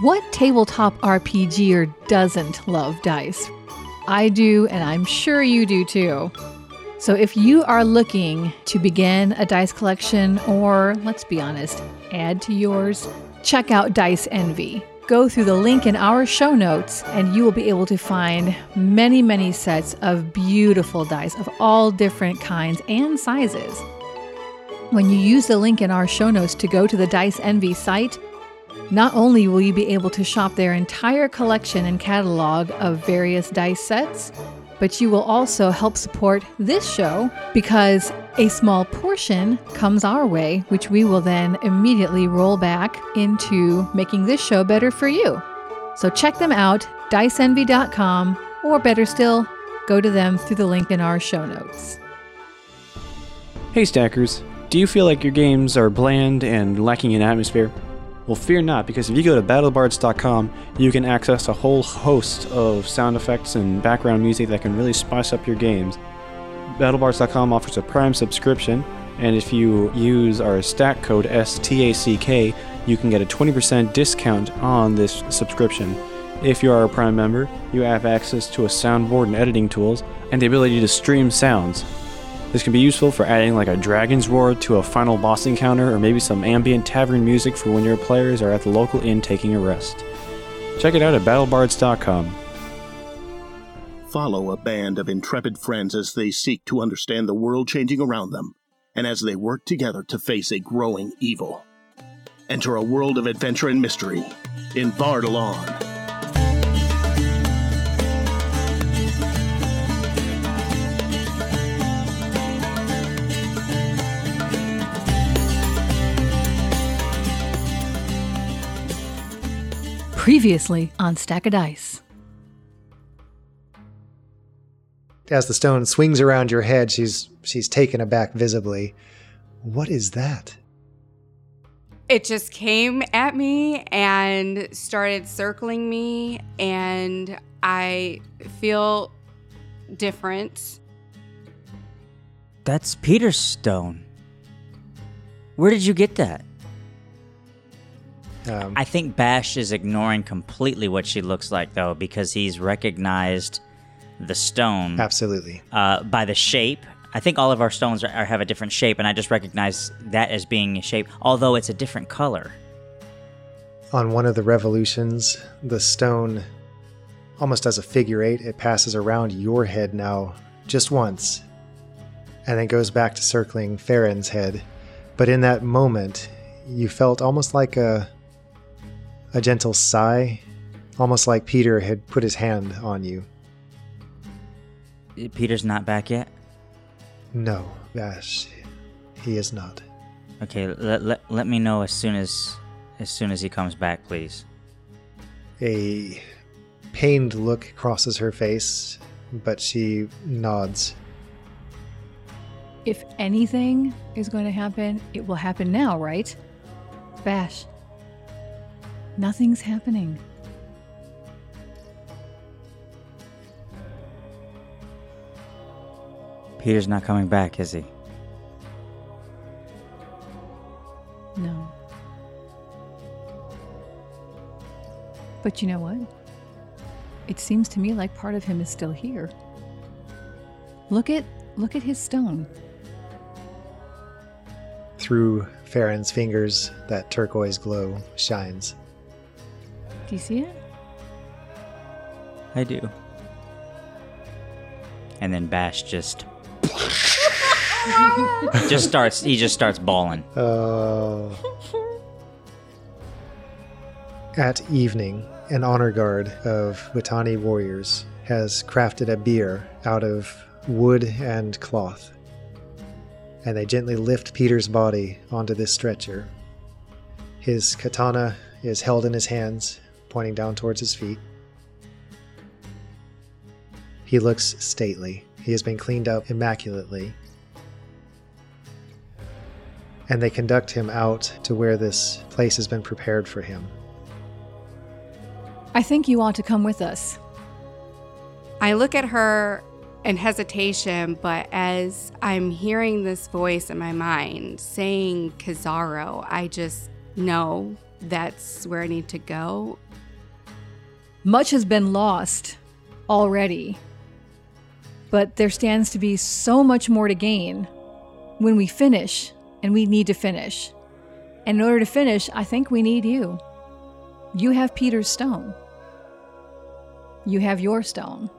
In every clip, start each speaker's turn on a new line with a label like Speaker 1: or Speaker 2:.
Speaker 1: What tabletop RPGer doesn't love dice? I do, and I'm sure you do too. So, if you are looking to begin a dice collection, or let's be honest, add to yours, check out Dice Envy. Go through the link in our show notes, and you will be able to find many, many sets of beautiful dice of all different kinds and sizes. When you use the link in our show notes to go to the Dice Envy site, not only will you be able to shop their entire collection and catalog of various dice sets, but you will also help support this show because a small portion comes our way, which we will then immediately roll back into making this show better for you. So check them out, diceenvy.com, or better still, go to them through the link in our show notes.
Speaker 2: Hey, Stackers. Do you feel like your games are bland and lacking in atmosphere? Well, fear not, because if you go to battlebards.com, you can access a whole host of sound effects and background music that can really spice up your games. Battlebards.com offers a Prime subscription, and if you use our stack code STACK, you can get a 20% discount on this subscription. If you are a Prime member, you have access to a soundboard and editing tools, and the ability to stream sounds. This can be useful for adding like a dragon's roar to a final boss encounter or maybe some ambient tavern music for when your players are at the local inn taking a rest. Check it out at battlebards.com.
Speaker 3: Follow a band of intrepid friends as they seek to understand the world changing around them and as they work together to face a growing evil. Enter a world of adventure and mystery in Bardalon.
Speaker 1: Previously on Stack of Dice.
Speaker 4: As the stone swings around your head, she's she's taken aback visibly. What is that?
Speaker 5: It just came at me and started circling me, and I feel different.
Speaker 6: That's Peter's stone. Where did you get that?
Speaker 4: Um,
Speaker 6: I think Bash is ignoring completely what she looks like, though, because he's recognized the stone
Speaker 4: absolutely.
Speaker 6: uh, by the shape. I think all of our stones are, are, have a different shape, and I just recognize that as being a shape, although it's a different color.
Speaker 4: On one of the revolutions, the stone almost does a figure eight. It passes around your head now just once, and then goes back to circling Farron's head. But in that moment, you felt almost like a a gentle sigh, almost like Peter had put his hand on you.
Speaker 6: Peter's not back yet.
Speaker 4: No, Ash, he is not.
Speaker 6: Okay, let, let, let me know as soon as as soon as he comes back, please.
Speaker 4: A pained look crosses her face, but she nods.
Speaker 1: If anything is going to happen, it will happen now, right? Bash, nothing's happening.
Speaker 6: Peter's not coming back, is he?
Speaker 1: No. But you know what? It seems to me like part of him is still here. Look at look at his stone.
Speaker 4: Through Farron's fingers, that turquoise glow shines.
Speaker 1: Do you see it?
Speaker 6: I do. And then Bash just just starts he just starts bawling.
Speaker 4: Uh, at evening, an honor guard of Watani warriors has crafted a bier out of wood and cloth, and they gently lift Peter's body onto this stretcher. His katana is held in his hands, pointing down towards his feet. He looks stately. He has been cleaned up immaculately. And they conduct him out to where this place has been prepared for him.
Speaker 1: I think you ought to come with us.
Speaker 5: I look at her in hesitation, but as I'm hearing this voice in my mind saying Kizaru, I just know that's where I need to go.
Speaker 1: Much has been lost already, but there stands to be so much more to gain when we finish, and we need to finish. And in order to finish, I think we need you. You have Peter's stone, you have your stone.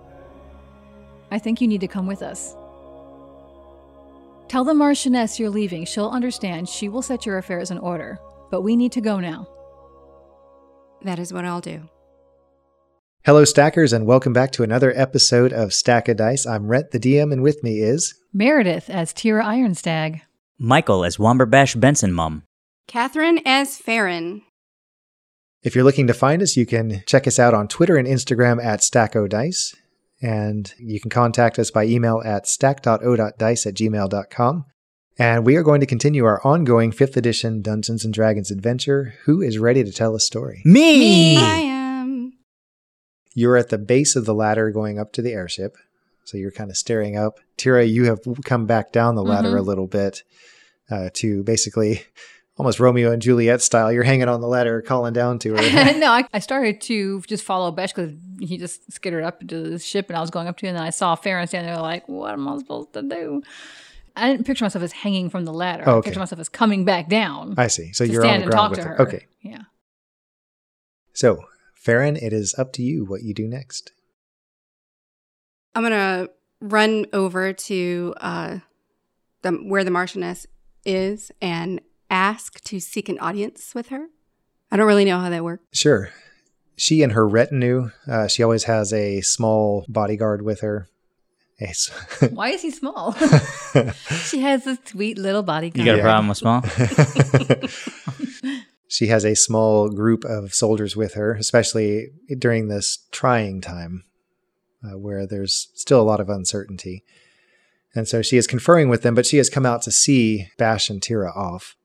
Speaker 1: I think you need to come with us. Tell the Marchioness you're leaving. She'll understand. She will set your affairs in order. But we need to go now.
Speaker 5: That is what I'll do.
Speaker 4: Hello, Stackers, and welcome back to another episode of Stack a Dice. I'm Rhett, the DM, and with me is
Speaker 1: Meredith as Tira Ironstag.
Speaker 6: Michael as Womberbash Benson Mum.
Speaker 5: Catherine as Farron.
Speaker 4: If you're looking to find us, you can check us out on Twitter and Instagram at StackODice, and you can contact us by email at stack.o.dice at gmail.com. And we are going to continue our ongoing 5th edition Dungeons & Dragons adventure. Who is ready to tell a story?
Speaker 6: Me!
Speaker 5: I am.
Speaker 4: You're at the base of the ladder going up to the airship, so you're kind of staring up. Tira, you have come back down the
Speaker 1: Mm-hmm.
Speaker 4: ladder a little bit uh, to basically almost Romeo and Juliet style. You're hanging on the ladder, calling down to her.
Speaker 1: no, I, I started to just follow Besh because he just skittered up to the ship and I was going up to him and then I saw Farron standing there like, what am I supposed to do? I didn't picture myself as hanging from the ladder.
Speaker 4: Oh,
Speaker 1: I
Speaker 4: okay.
Speaker 1: picture myself as coming back down
Speaker 4: I see. So
Speaker 1: to
Speaker 4: you're on
Speaker 1: stand
Speaker 4: the
Speaker 1: and
Speaker 4: ground
Speaker 1: talk
Speaker 4: with
Speaker 1: to
Speaker 4: her.
Speaker 1: her.
Speaker 4: Okay.
Speaker 1: Yeah.
Speaker 4: So, Farron, it is up to you what you do next.
Speaker 5: I'm gonna run over to uh, the, where the Marchioness is and ask to seek an audience with her. I don't really know how that works.
Speaker 4: Sure. She and her retinue, uh, she always has a small bodyguard with her. A s-
Speaker 1: Why is he small? she has this sweet little bodyguard.
Speaker 6: You got
Speaker 4: Yeah.
Speaker 6: a problem with small?
Speaker 4: she has a small group of soldiers with her, especially during this trying time uh, where there's still a lot of uncertainty. And so she is conferring with them, but she has come out to see Bash and Tira off.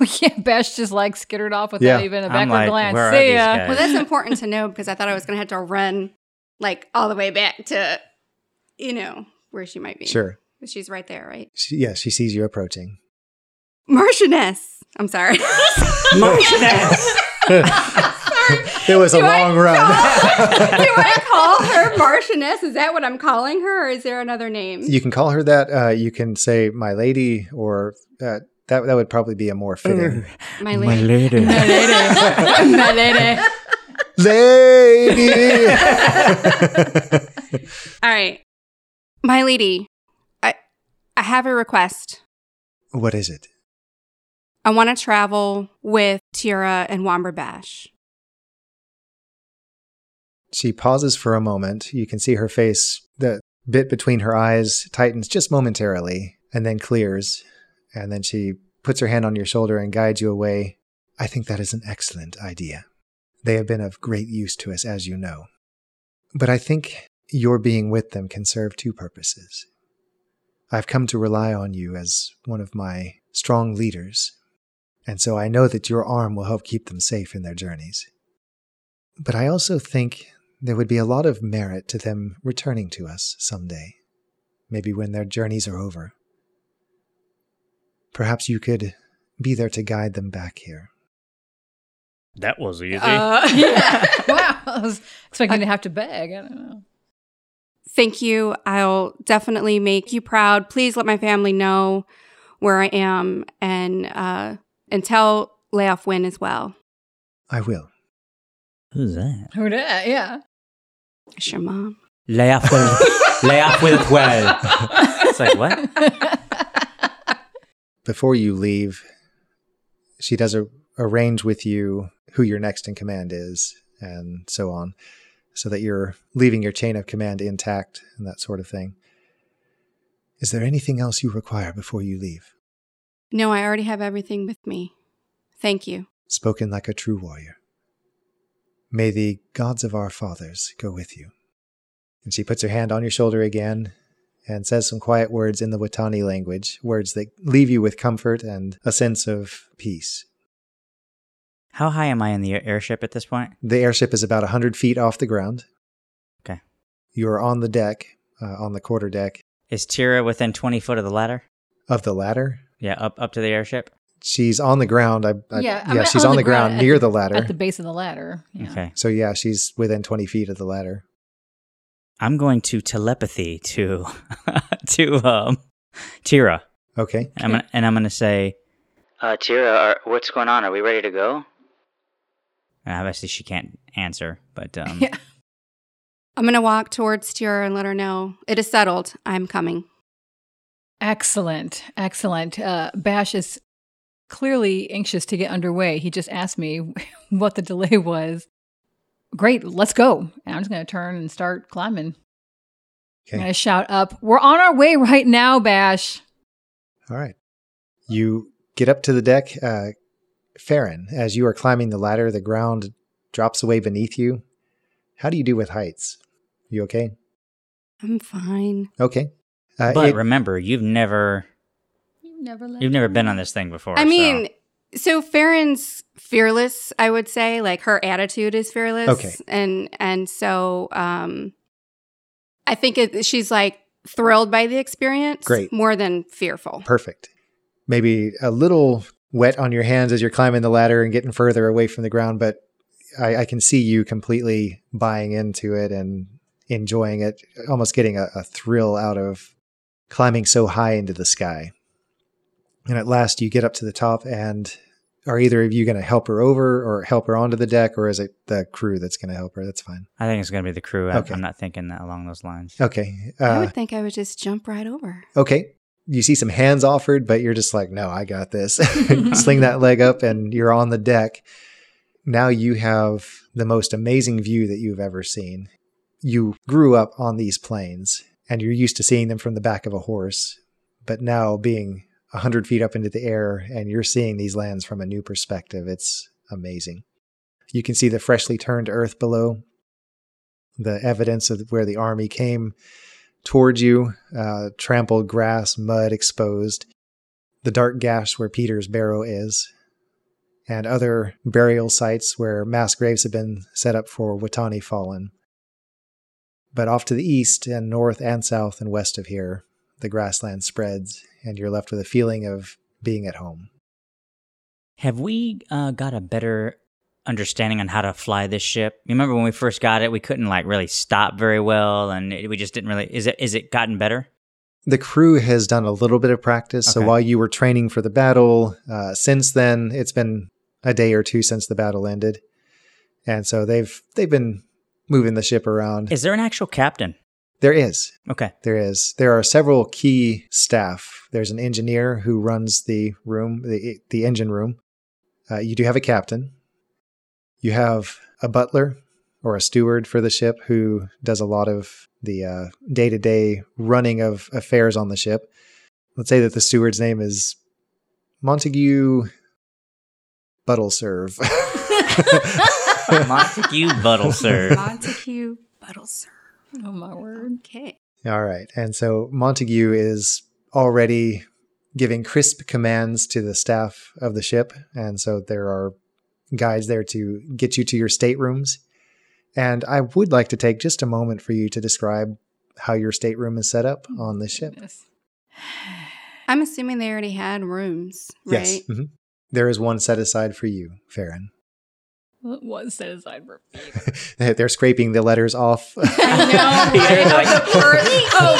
Speaker 1: yeah, Besh just like skittered off without
Speaker 4: Yeah.
Speaker 1: even a
Speaker 6: I'm
Speaker 1: backward
Speaker 6: like,
Speaker 1: glance.
Speaker 6: where are
Speaker 1: See
Speaker 6: these
Speaker 1: ya.
Speaker 6: guys?
Speaker 5: Well, that's important to know because I thought I was gonna have to run like all the way back to, you know, where she might be.
Speaker 4: Sure.
Speaker 5: She's right there, right?
Speaker 4: She, yeah, she sees you approaching.
Speaker 5: Marchioness. I'm sorry.
Speaker 6: Marchioness!
Speaker 4: It was a
Speaker 5: Do I-
Speaker 4: long run.
Speaker 5: Do I call her Marchioness? Is that what I'm calling her, or is there another name?
Speaker 4: you can call her that. Uh, you can say my lady, or uh, that that would probably be a more fitting
Speaker 5: My lady.
Speaker 6: lady.
Speaker 5: My lady.
Speaker 4: lady.
Speaker 5: All right. My lady, I I have a request.
Speaker 4: what is it?
Speaker 5: I want to travel with Tira and Womberbash.
Speaker 4: She pauses for a moment. You can see her face, the bit between her eyes tightens just momentarily and then clears. And then she puts her hand on your shoulder and guides you away. I think that is an excellent idea. They have been of great use to us, as you know. But I think your being with them can serve two purposes. I've come to rely on you as one of my strong leaders, and so I know that your arm will help keep them safe in their journeys. But I also think there would be a lot of merit to them returning to us someday, maybe when their journeys are over. Perhaps you could be there to guide them back here.
Speaker 7: That was easy.
Speaker 1: Uh, yeah. wow. I was expecting to have to beg. I don't know.
Speaker 5: Thank you. I'll definitely make you proud. Please let my family know where I am and uh, and tell Layoff Win as well.
Speaker 4: I will.
Speaker 6: Who's that?
Speaker 1: Who dat? Yeah.
Speaker 5: It's your mom.
Speaker 6: Lay off with, lay off with well. It's like, what?
Speaker 4: Before you leave, she does a, arrange with you who your next in command is and so on, so that you're leaving your chain of command intact and that sort of thing. Is there anything else you require before you leave?
Speaker 5: No, I already have everything with me. Thank you.
Speaker 4: spoken like a true warrior. May the gods of our fathers go with you. And she puts her hand on your shoulder again and says some quiet words in the Watani language, words that leave you with comfort and a sense of peace.
Speaker 6: How high am I in the airship at this point?
Speaker 4: The airship is about a 100 feet off the ground.
Speaker 6: Okay.
Speaker 4: You are on the deck, uh, on the quarter deck
Speaker 6: Is Tira within 20 foot of the ladder?
Speaker 4: of the ladder.
Speaker 6: Yeah, up up to the airship.
Speaker 4: she's on the ground. I, I
Speaker 1: Yeah,
Speaker 4: yeah,
Speaker 1: I'm
Speaker 4: she's on, the ground,
Speaker 1: at
Speaker 4: near
Speaker 1: the-
Speaker 4: the ladder.
Speaker 1: at the base of the ladder. Yeah.
Speaker 6: Okay.
Speaker 4: so yeah, she's within twenty feet of the ladder.
Speaker 6: I'm going to telepathy to to um Tira.
Speaker 4: Okay.
Speaker 6: And I'm gonna, and I'm gonna say, uh, Tira, are, what's going on? Are we ready to go? And Uh, obviously, she can't answer, but um,
Speaker 1: Yeah.
Speaker 5: I'm going to walk towards Tira and let her know it is settled. I'm coming.
Speaker 1: Excellent. Excellent. Uh, Bash is clearly anxious to get underway. He just asked me what the delay was. Great, let's go. And I'm just going to turn and start climbing. I'm
Speaker 4: Okay.
Speaker 1: going to shout up, We're on our way right now, Bash.
Speaker 4: All right. You get up to the deck, uh, Farron. As you are climbing the ladder, the ground drops away beneath you. How do you do with heights? You okay?
Speaker 5: I'm fine.
Speaker 4: Okay. Uh,
Speaker 6: but
Speaker 4: it-
Speaker 6: remember, you've never
Speaker 1: You've never left.
Speaker 6: you've never been on this thing before.
Speaker 5: I
Speaker 6: so-
Speaker 5: mean, so Farron's fearless, I would say. Like her attitude is fearless.
Speaker 4: Okay.
Speaker 5: And and so um I think it, she's like thrilled by the experience
Speaker 4: Great.
Speaker 5: more than fearful.
Speaker 4: perfect. Maybe a little wet on your hands as you're climbing the ladder and getting further away from the ground, but I, I can see you completely buying into it and enjoying it, almost getting a, a thrill out of climbing so high into the sky. And at last, you get up to the top, and are either of you going to help her over or help her onto the deck, or is it the crew that's going to help her? That's fine.
Speaker 6: I think it's gonna be the crew. I,
Speaker 4: Okay.
Speaker 6: I'm not thinking that along those lines.
Speaker 4: Okay.
Speaker 5: I
Speaker 4: Uh,
Speaker 5: would think I would just jump right over.
Speaker 4: okay. You see some hands offered, but you're just like, no, I got this. Sling that leg up and you're on the deck. Now you have the most amazing view that you've ever seen. You grew up on these plains and you're used to seeing them from the back of a horse, but now being 100 feet up into the air and you're seeing these lands from a new perspective, it's amazing. You can see the freshly turned earth below, the evidence of where the army came towards you, uh, trampled grass, mud exposed, the dark gash where Peter's barrow is, and other burial sites where mass graves have been set up for Watani fallen. But off to the east and north and south and west of here, the grassland spreads, and you're left with a feeling of being at home.
Speaker 6: Have we uh, got a better understanding on how to fly this ship? You remember when we first got it, we couldn't like really stop very well, and it, we just didn't really. Is it is it gotten better?
Speaker 4: The crew has done a little bit of practice. So
Speaker 6: Okay.
Speaker 4: while you were training for the battle, uh, since then it's been a day or two since the battle ended, and so they've they've been moving the ship around.
Speaker 6: Is there an actual captain?
Speaker 4: there is,
Speaker 6: Okay.
Speaker 4: there is, there are several key staff. There's an engineer who runs the room, the the engine room. Uh, you do have a captain. You have a butler or a steward for the ship who does a lot of the day to day running of affairs on the ship. Let's say that the steward's name is Montague Buttleserve.
Speaker 6: Montague Buttleser.
Speaker 5: Montague Buttleser.
Speaker 1: Oh, my word.
Speaker 5: Okay.
Speaker 4: All right. And so Montague is already giving crisp commands to the staff of the ship. And so there are guides there to get you to your staterooms. And I would like to take just a moment for you to describe how your stateroom is set up on the ship.
Speaker 1: Goodness.
Speaker 5: I'm assuming they already had rooms, right?
Speaker 4: Yes. mhm. There is one set aside for you, Farron.
Speaker 1: What was set aside for
Speaker 4: They're scraping the letters off.
Speaker 6: Peter's
Speaker 5: right?
Speaker 6: like-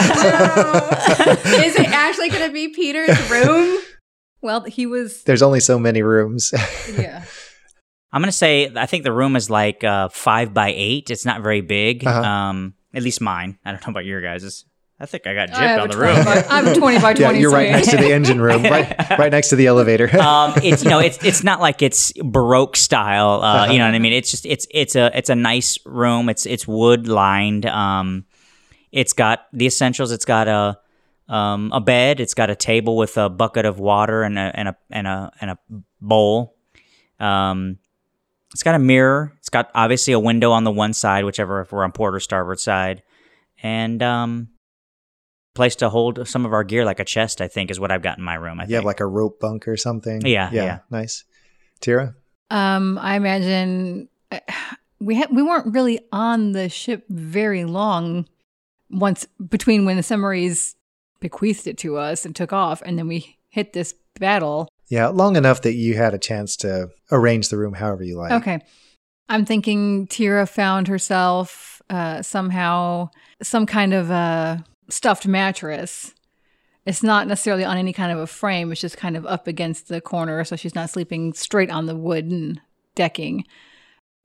Speaker 5: oh no, no! Is it actually going to be Peter's room?
Speaker 1: Well, he was.
Speaker 4: There's only so many rooms.
Speaker 1: Yeah.
Speaker 6: I'm gonna say I think the room is like uh, five by eight. It's not very big.
Speaker 4: Uh-huh.
Speaker 6: Um, at least mine. I don't know about your guys'. I think I got
Speaker 1: I have
Speaker 6: gypped
Speaker 1: a
Speaker 6: on the
Speaker 1: 20
Speaker 6: room.
Speaker 1: by- I have a 20 by 20.
Speaker 4: yeah, you're right
Speaker 1: so-
Speaker 4: next to the engine room, right, right next to the elevator.
Speaker 6: um, it's you know it's it's not like it's baroque style. Uh,
Speaker 4: Uh-huh.
Speaker 6: You know what I mean? It's just it's it's a it's a nice room. It's it's wood lined. Um, it's got the essentials. It's got a um, a bed. It's got a table with a bucket of water and a and a and a and a bowl. Um, it's got a mirror. It's got obviously a window on the one side, whichever if we're on port or starboard side, and um, place to hold some of our gear, like a chest. I think is what I've got in my room. I
Speaker 4: you have
Speaker 6: think.
Speaker 4: like a rope bunk or something.
Speaker 6: Yeah,
Speaker 4: yeah,
Speaker 6: yeah.
Speaker 4: nice. Tira,
Speaker 1: Um, I imagine I- we had we weren't really on the ship very long. Once between when the summaries bequeathed it to us and took off, and then we hit this battle.
Speaker 4: Yeah, long enough that you had a chance to arrange the room however you like.
Speaker 1: Okay. I'm thinking Tira found herself uh, somehow some kind of a stuffed mattress. It's not necessarily on any kind of a frame, it's just kind of up against the corner, so she's not sleeping straight on the wooden decking.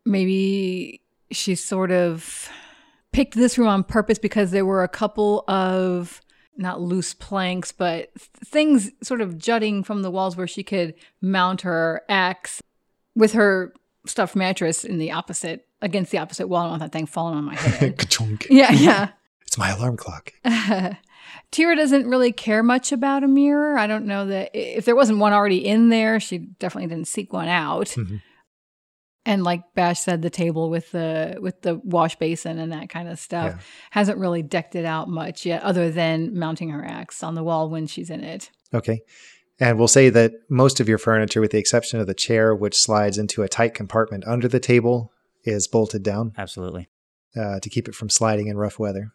Speaker 1: Maybe she sort of picked this room on purpose because there were a couple of not loose planks, but th- things sort of jutting from the walls where she could mount her axe with her stuffed mattress in the opposite against the opposite wall. I don't want that thing falling on my head.
Speaker 4: Ka-chunk.
Speaker 1: yeah, yeah.
Speaker 4: It's my alarm clock.
Speaker 1: Tira doesn't really care much about a mirror. I don't know that if there wasn't one already in there, she definitely didn't seek one out.
Speaker 4: Mhm.
Speaker 1: And like Bash said, the table with the with the wash basin and that kind of stuff
Speaker 4: Yeah.
Speaker 1: hasn't really decked it out much yet, other than mounting her axe on the wall when she's in it.
Speaker 4: Okay. And we'll say that most of your furniture, with the exception of the chair, which slides into a tight compartment under the table, is bolted down
Speaker 6: Absolutely.
Speaker 4: uh, to keep it from sliding in rough weather.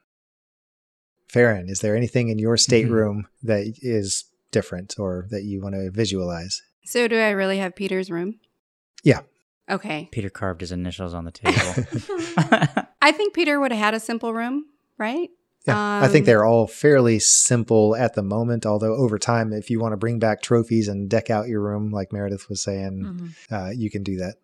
Speaker 4: Farron, is there anything in your stateroom that is different or that you want to visualize?
Speaker 5: So, do I really have Peter's room?
Speaker 4: Yeah.
Speaker 5: Okay.
Speaker 6: Peter carved his initials on the table.
Speaker 5: I think Peter would have had a simple room, right?
Speaker 4: Yeah, I think
Speaker 5: Um,
Speaker 4: they're all fairly simple at the moment. Although over time, if you want to bring back trophies and deck out your room, like Meredith was saying, uh, you can do that.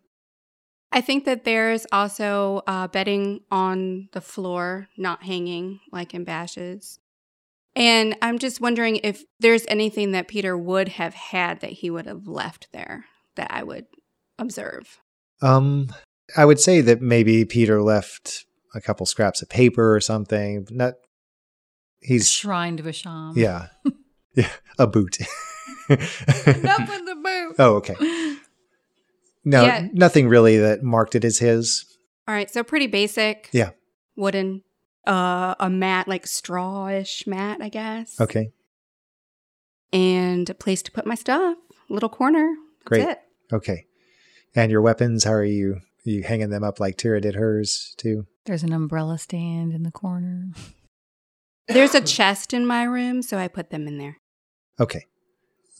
Speaker 5: I think that there's also uh, bedding on the floor, not hanging like in bashes. And I'm just wondering if there's anything that Peter would have had that he would have left there that I would observe.
Speaker 4: Um, I would say that maybe Peter left a couple scraps of paper or something. but Not he's
Speaker 1: Shrine to Vasham.
Speaker 4: yeah, yeah, a boot.
Speaker 1: Up with the boot.
Speaker 4: oh, okay. No,
Speaker 5: Yeah.
Speaker 4: nothing really that marked it as his.
Speaker 5: All right, so pretty basic.
Speaker 4: Yeah.
Speaker 5: Wooden, uh, a mat, like strawish mat, I guess.
Speaker 4: Okay,
Speaker 5: And a place to put my stuff, little corner.
Speaker 4: Great.
Speaker 5: That's it.
Speaker 4: okay. And your weapons? How are you? Are you hanging them up like Tira did hers too?
Speaker 1: There's an umbrella stand in the corner.
Speaker 5: There's a chest in my room, so I put them in there.
Speaker 4: Okay.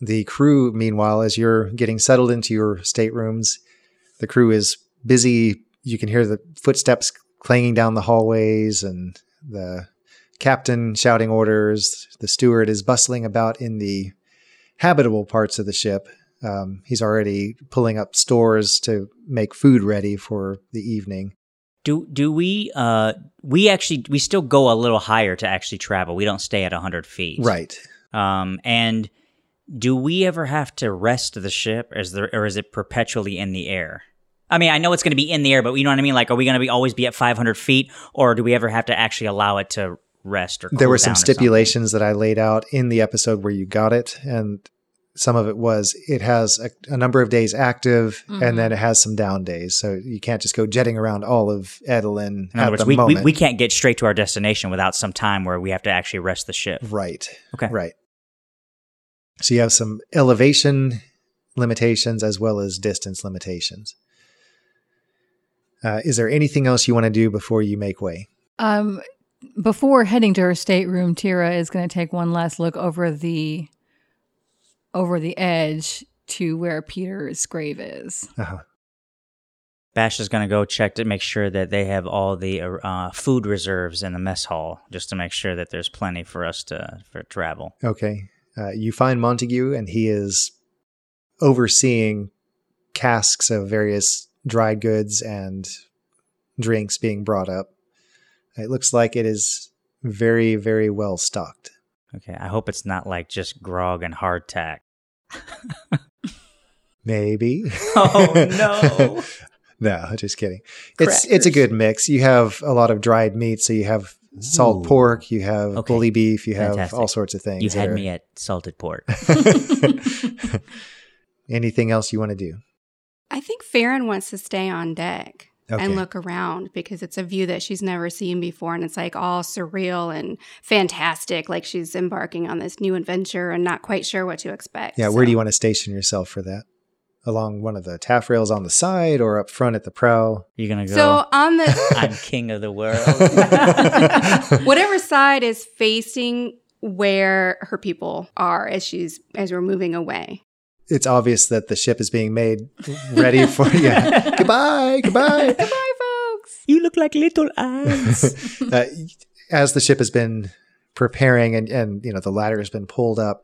Speaker 4: The crew, meanwhile, as you're getting settled into your staterooms, the crew is busy. You can hear the footsteps clanging down the hallways and the captain shouting orders. The steward is bustling about in the habitable parts of the ship. Um, he's already pulling up stores to make food ready for the evening.
Speaker 6: do do we uh we actually we still go a little higher to actually travel. We don't stay at 100 feet.
Speaker 4: Right.
Speaker 6: Um and do we ever have to rest the ship is there or is it perpetually in the air? I mean, I know it's going to be in the air, but you know what I mean? Like are we going to be always be at 500 feet or do we ever have to actually allow it to rest or
Speaker 4: there were
Speaker 6: cool down or
Speaker 4: some
Speaker 6: something?
Speaker 4: stipulations that I laid out in the episode where you got it, and some of it was it has a, a number of days active,
Speaker 1: Mhm.
Speaker 6: Mm-hmm.
Speaker 4: and then it has some down days, so you can't just go jetting around all of Edelin
Speaker 6: In other
Speaker 4: at
Speaker 6: words,
Speaker 4: the
Speaker 6: we, we,
Speaker 4: moment.
Speaker 6: we can't get straight to our destination without some time where we have to actually rest the ship.
Speaker 4: right,
Speaker 6: Okay.
Speaker 4: right. So you have some elevation limitations as well as distance limitations. Uh, is there anything else you want to do before you make way?
Speaker 1: Um, before heading to her stateroom, Tira is going to take one last look over the over the edge to where Peter's grave is.
Speaker 4: Uh-huh.
Speaker 6: Bash is going to go check to make sure that they have all the uh, food reserves in the mess hall, just to make sure that there's plenty for us to for travel.
Speaker 4: Okay. Uh, you find Montague, and he is overseeing casks of various dried goods and drinks being brought up. It looks like it is very, very well stocked.
Speaker 6: Okay, I hope it's not like just grog and hardtack.
Speaker 4: Maybe.
Speaker 6: Oh, no.
Speaker 4: no, just kidding. It's it's a good mix. You have a lot of dried meat, so you have salt
Speaker 6: Ooh.
Speaker 4: pork, you have
Speaker 6: Okay.
Speaker 4: bully beef, you have
Speaker 6: Fantastic.
Speaker 4: all sorts of things.
Speaker 6: You
Speaker 4: that
Speaker 6: had
Speaker 4: are-
Speaker 6: me at salted pork.
Speaker 4: Anything else you want to do?
Speaker 5: I think Farron wants to stay on deck
Speaker 4: Okay.
Speaker 5: and look around because it's a view that she's never seen before and it's like all surreal and fantastic. Like she's embarking on this new adventure and not quite sure what to expect.
Speaker 4: Yeah, where do you want to station yourself for that? Along one of the taffrails on the side or up front at the prow?
Speaker 6: You're gonna go.
Speaker 5: So on the
Speaker 6: I'm king of the world.
Speaker 5: whatever side is facing where her people are as she's as we're moving away.
Speaker 4: it's obvious that the ship is being made ready for yeah. goodbye, goodbye.
Speaker 1: Goodbye, folks.
Speaker 6: You look like little ants.
Speaker 4: uh, as the ship has been preparing and, and you know the ladder has been pulled up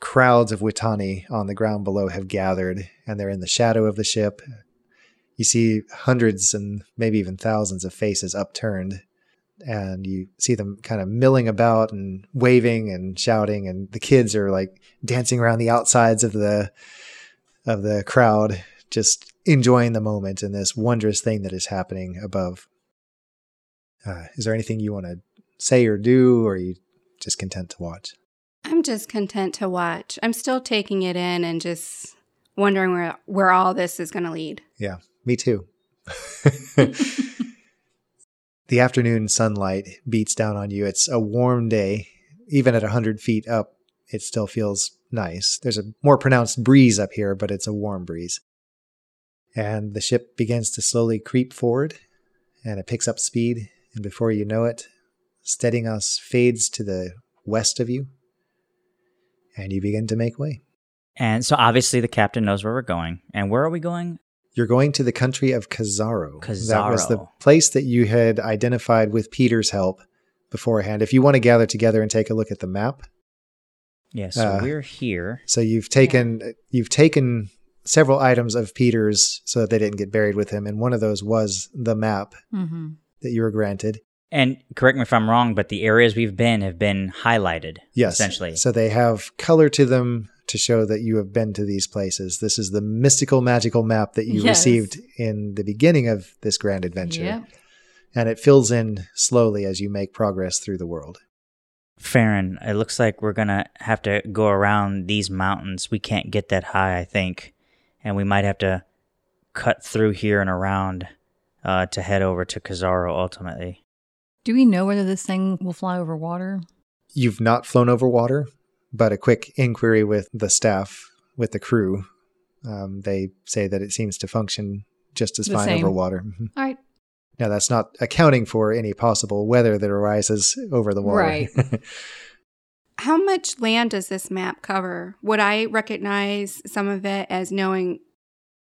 Speaker 4: crowds of witani on the ground below have gathered and they're in the shadow of the ship you see hundreds and maybe even thousands of faces upturned and you see them kind of milling about and waving and shouting and the kids are like dancing around the outsides of the of the crowd just enjoying the moment and this wondrous thing that is happening above uh, is there anything you want to say or do, or are you just content to watch?
Speaker 5: I'm just content to watch. I'm still taking it in and just wondering where where all this is going to lead.
Speaker 4: Yeah, me too. the afternoon sunlight beats down on you. It's a warm day. Even at 100 feet up, it still feels nice. There's a more pronounced breeze up here, but it's a warm breeze. And the ship begins to slowly creep forward and it picks up speed. And before you know it, steadying us fades to the west of you, and you begin to make way.
Speaker 6: and so obviously the captain knows where we're going. And where are we going?
Speaker 4: You're going to the country of Kazaro. That was the
Speaker 6: Khazaro.
Speaker 4: place that you had identified with Peter's help beforehand. If you want to gather together and take a look at the map,
Speaker 6: Yeah, so
Speaker 4: Uh,
Speaker 6: we're here.
Speaker 4: so you've taken you've taken several items of Peter's so that they didn't get buried with him, and one of those was the map
Speaker 1: Mm-hmm.
Speaker 4: that you were granted.
Speaker 6: And correct me if I'm wrong, but the areas we've been have been highlighted.
Speaker 4: Yes.
Speaker 6: Essentially.
Speaker 4: So they have color to them to show that you have been to these places. This is the mystical, magical map that you
Speaker 1: Yes.
Speaker 4: received in the beginning of this grand adventure.
Speaker 1: Yep.
Speaker 4: And it fills in slowly as you make progress through the world.
Speaker 6: Farron, it looks like we're gonna have to go around these mountains. We can't get that high, I think, and we might have to cut through here and around uh, to head over to Kazaro ultimately.
Speaker 1: Do we know whether this thing will fly over water?
Speaker 4: You've not flown over water, but a quick inquiry with the staff, with the crew, um, they say that it seems to function just as
Speaker 1: The
Speaker 4: fine over
Speaker 1: same.
Speaker 4: water. Mhm.
Speaker 1: All right.
Speaker 4: Now, that's not accounting for any possible weather that arises over the water.
Speaker 1: Right.
Speaker 5: How much land does this map cover? Would I recognize some of it as knowing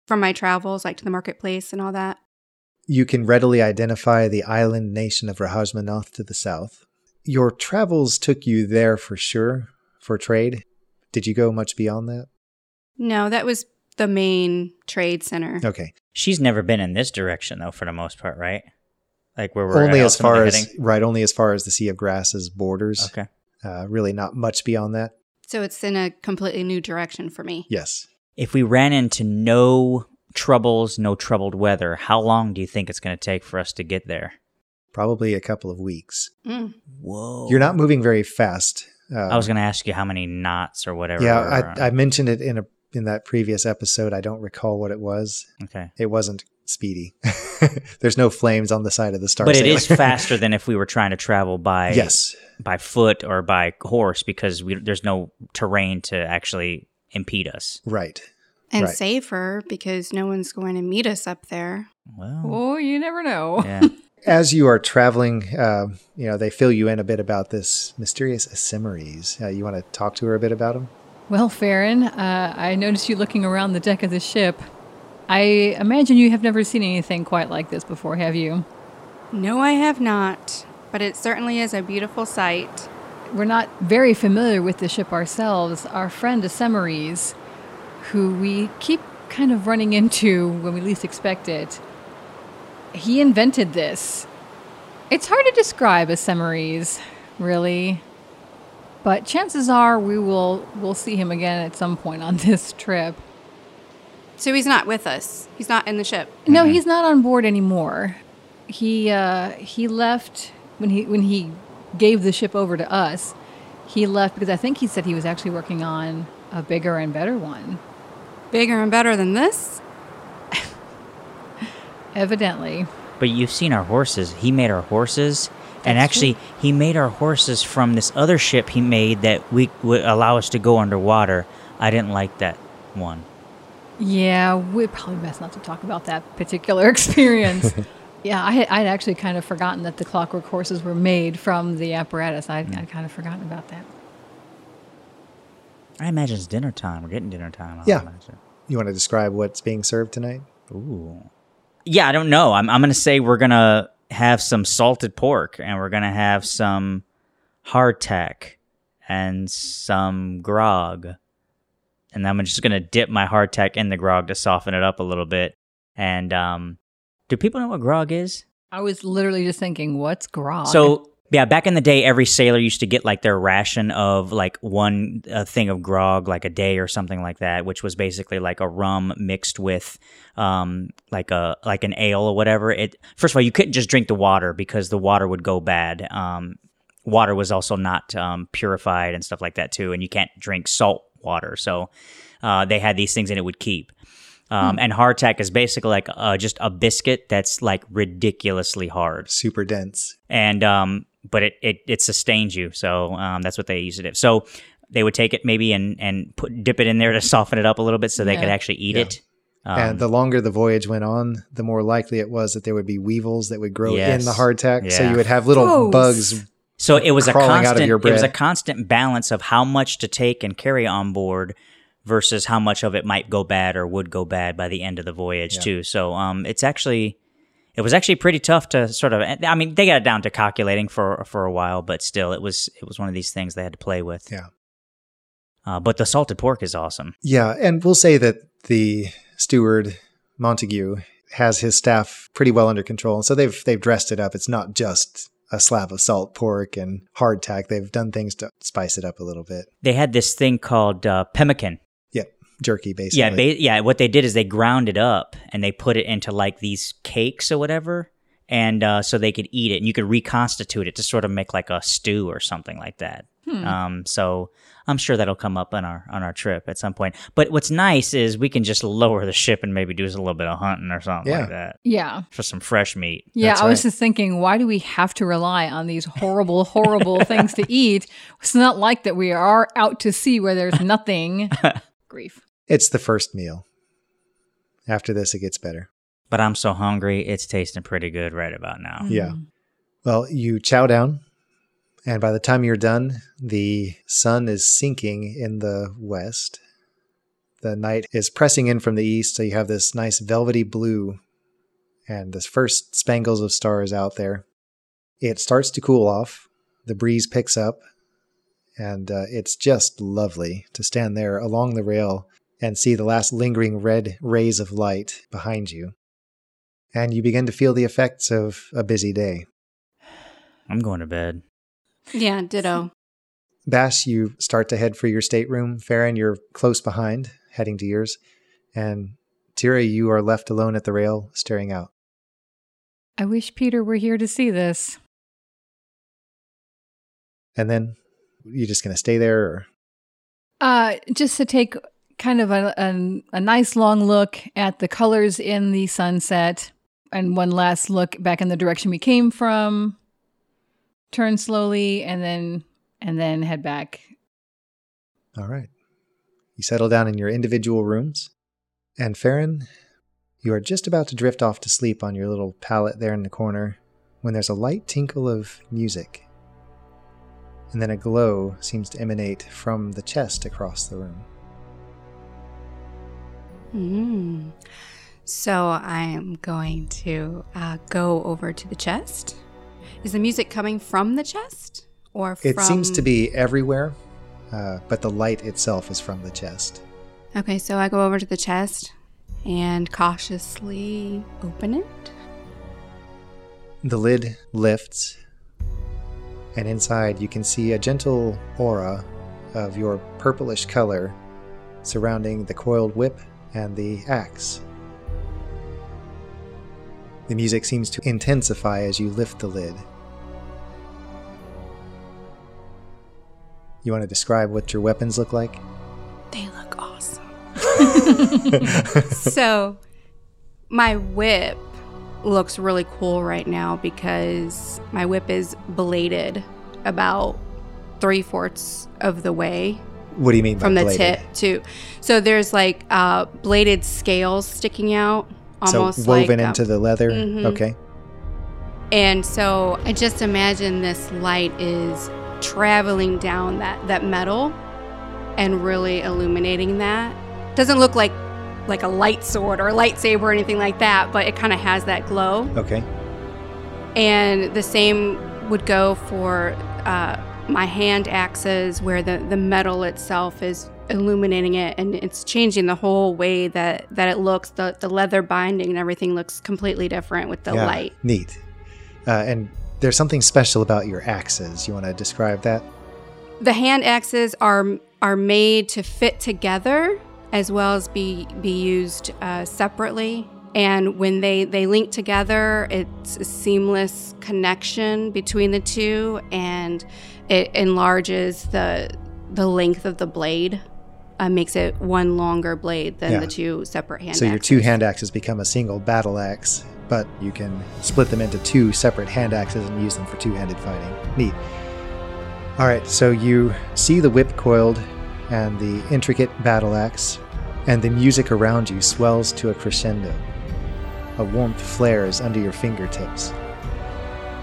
Speaker 5: from my travels, like to the marketplace and all that?
Speaker 4: you can readily identify the island nation of Rahajmanath to the south. Your travels took you there for sure for trade. Did you go much beyond that?
Speaker 5: No, that was the main trade center.
Speaker 4: Okay.
Speaker 6: She's never been in this direction though, for the most part, right? Like where we're
Speaker 4: Only as far
Speaker 6: ultimately
Speaker 4: as
Speaker 6: heading?
Speaker 4: right, only as far as the Sea of Grasses borders.
Speaker 6: okay.
Speaker 4: Uh, really not much beyond that.
Speaker 5: So it's in a completely new direction for me.
Speaker 4: Yes.
Speaker 6: If we ran into no troubles, no troubled weather, how long do you think it's gonna take for us to get there?
Speaker 4: Probably a couple of weeks.
Speaker 5: Mm.
Speaker 6: Whoa!
Speaker 4: You're not moving very fast. Uh,
Speaker 6: Oh. I was gonna ask you how many knots or whatever.
Speaker 4: Yeah,
Speaker 6: were on.
Speaker 4: I, I mentioned it in a in that previous episode. I don't recall what it was.
Speaker 6: okay.
Speaker 4: It wasn't speedy. There's no flames on the side of the star.
Speaker 6: but it is
Speaker 4: Sailor.
Speaker 6: faster than if we were trying to travel by
Speaker 4: yes.
Speaker 6: by foot or by horse because we, there's no terrain to actually impede us.
Speaker 4: Right.
Speaker 5: And
Speaker 4: Right.
Speaker 5: safer because no one's going to meet us up there.
Speaker 6: Well,
Speaker 1: Oh, you never know.
Speaker 6: yeah.
Speaker 4: as you are traveling, uh, you know they fill you in a bit about this mysterious Asimaris. Uh, you want to talk to her a bit about them?
Speaker 1: Well, Farron, uh, I noticed you looking around the deck of the ship. I imagine you have never seen anything quite like this before, have you?
Speaker 5: No, I have not, but it certainly is a beautiful sight.
Speaker 1: We're not very familiar with the ship ourselves. Our friend Asemaris, who we keep kind of running into when we least expect it, he invented this. It's hard to describe Asemaris, really. But chances are we will we'll see him again at some point on this trip.
Speaker 5: So he's not with us. He's not in the ship.
Speaker 1: No, he's not on board anymore. He uh, he left when he when he gave the ship over to us. He left because I think he said he was actually working on a bigger and better one.
Speaker 5: Bigger and better than this?
Speaker 1: Evidently,
Speaker 6: But you've seen our horses. He made our horses. and actually, he made our horses from this other ship he made that we would allow us to go underwater. I didn't like that one.
Speaker 1: yeah, we're probably best not to talk about that particular experience. yeah, I had, I'd actually kind of forgotten that the clockwork horses were made from the apparatus. I'd, I'd kind of forgotten about that.
Speaker 6: I imagine it's dinner time. We're getting dinner time. I
Speaker 4: Yeah.
Speaker 6: imagine.
Speaker 4: You want to describe what's being served tonight?
Speaker 6: Ooh. Yeah, I don't know. I'm I'm gonna say we're gonna have some salted pork and we're gonna have some hardtack and some grog. And I'm just gonna dip my hardtack in the grog to soften it up a little bit. And um do people know what grog is?
Speaker 1: I was literally just thinking, what's grog?
Speaker 6: So yeah, back in the day, every sailor used to get like their ration of like one uh, thing of grog, like a day or something like that, which was basically like a rum mixed with um, like a like an ale or whatever. It first of all, you couldn't just drink the water because the water would go bad. Um, water was also not um, purified and stuff like that too, and you can't drink salt water. So uh, they had these things, and it would keep. Um, And hardtack is basically like uh, just a biscuit that's like ridiculously hard
Speaker 4: Super dense.
Speaker 6: and um, but it, it it sustains you. So um, that's what they used it. do. So they would take it maybe and and put dip it in there to soften it up a little bit, so they could
Speaker 1: Yeah.
Speaker 6: actually eat
Speaker 4: Yeah.
Speaker 6: it. Um,
Speaker 4: and the longer the voyage went on, the more likely it was that there would be weevils that would grow in
Speaker 6: Yes.
Speaker 4: the hardtack. So
Speaker 6: Yeah.
Speaker 4: you would have little
Speaker 5: Gross.
Speaker 4: bugs.
Speaker 6: so it was a
Speaker 4: crawling out of
Speaker 6: constant.
Speaker 4: your
Speaker 6: It was a
Speaker 4: bread.
Speaker 6: constant balance of how much to take and carry on board versus how much of it might go bad or would go bad by the end of the voyage
Speaker 4: Yeah.
Speaker 6: too. So um, it's actually. It was actually pretty tough to sort of. I mean, they got it down to calculating for for a while, but still, it was it was one of these things they had to play with.
Speaker 4: Yeah.
Speaker 6: Uh, but the salted pork is awesome.
Speaker 4: Yeah. And we'll say that the steward, Montague, has his staff pretty well under control. And so they've they've dressed it up. It's not just a slab of salt pork and hardtack. They've done things to spice it up a little bit.
Speaker 6: they had this thing called uh, pemmican.
Speaker 4: Jerky basically.
Speaker 6: Yeah, ba- yeah. What they did is they ground it up and they put it into like these cakes or whatever, and uh, so they could eat it and you could reconstitute it to sort of make like a stew or something like that.
Speaker 5: Hmm.
Speaker 6: Um, so I'm sure that'll come up on our on our trip at some point. But what's nice is we can just lower the ship and maybe do a little bit of hunting or something
Speaker 4: Yeah.
Speaker 6: like that
Speaker 1: yeah.
Speaker 6: for some fresh meat.
Speaker 1: Yeah,
Speaker 4: That's
Speaker 1: I was
Speaker 4: right.
Speaker 1: just thinking, why do we have to rely on these horrible, horrible things to eat? It's not like that we are out to sea where there's nothing. Grief.
Speaker 4: It's the first meal. After this, it gets better.
Speaker 6: But I'm so hungry; it's tasting pretty good right about now.
Speaker 5: Hmm.
Speaker 4: Yeah. Well, you chow down, and by the time you're done, the sun is sinking in the west. The night is pressing in from the east, so you have this nice velvety blue and the first spangles of stars out there. It starts to cool off, the breeze picks up, and uh, it's just lovely to stand there along the rail and see the last lingering red rays of light behind you. And you begin to feel the effects of a busy day.
Speaker 6: I'm going to bed.
Speaker 5: Yeah, ditto.
Speaker 4: Bash, you start to head for your stateroom. Farron, you're close behind, heading to yours. And Tira, you are left alone at the rail, staring out.
Speaker 1: I wish Peter were here to see this.
Speaker 4: And then you just going to stay there? Or...
Speaker 1: Uh, just to take kind of a, a, a nice long look at the colors in the sunset and one last look back in the direction we came from. Turn slowly and then and then head back.
Speaker 4: All right. You settle down in your individual rooms. And Farron, you are just about to drift off to sleep on your little pallet there in the corner when there's a light tinkle of music. And then a glow seems to emanate from the chest across the room.
Speaker 5: Mm. So I'm going to uh, go over to the chest. Is the music coming from the chest or from?
Speaker 4: It seems to be everywhere, uh, but the light itself is from the chest.
Speaker 5: Okay, so I go over to the chest and cautiously open it.
Speaker 4: The lid lifts, and inside you can see a gentle aura of your purplish color surrounding the coiled whip and the axe. The music seems to intensify as you lift the lid. You want to describe what your weapons look like?
Speaker 5: They look awesome. so, my whip looks really cool right now because my whip is bladed about three fourths of the way
Speaker 4: What do you mean by
Speaker 5: from the
Speaker 4: bladed?
Speaker 5: tip to. So there's like uh, bladed scales sticking out, almost
Speaker 4: so woven
Speaker 5: like, um,
Speaker 4: into the leather.
Speaker 5: Mhm.
Speaker 4: Okay.
Speaker 5: And so I just imagine this light is traveling down that, that metal and really illuminating that. Doesn't look like like a light sword or a lightsaber or anything like that, but it kind of has that glow.
Speaker 8: Okay.
Speaker 5: And the same would go for uh, my hand axes, where the, the metal itself is illuminating it and it's changing the whole way that, that it looks. The, the leather binding and everything looks completely different with the
Speaker 4: Yeah.
Speaker 5: light.
Speaker 4: Neat. Uh, and there's something special about your axes. You want to describe that?
Speaker 5: The hand axes are, are made to fit together as well as be, be used uh, separately. And when they, they link together, it's a seamless connection between the two and it enlarges the the length of the blade, uh, makes it one longer blade than
Speaker 4: Yeah.
Speaker 5: the two separate hand
Speaker 4: so your
Speaker 5: axes.
Speaker 4: two hand axes become a single battle axe, but you can split them into two separate hand axes and use them for two handed fighting. Neat. All right, so you see the whip coiled and the intricate battle axe, and the music around you swells to a crescendo. A warmth flares under your fingertips.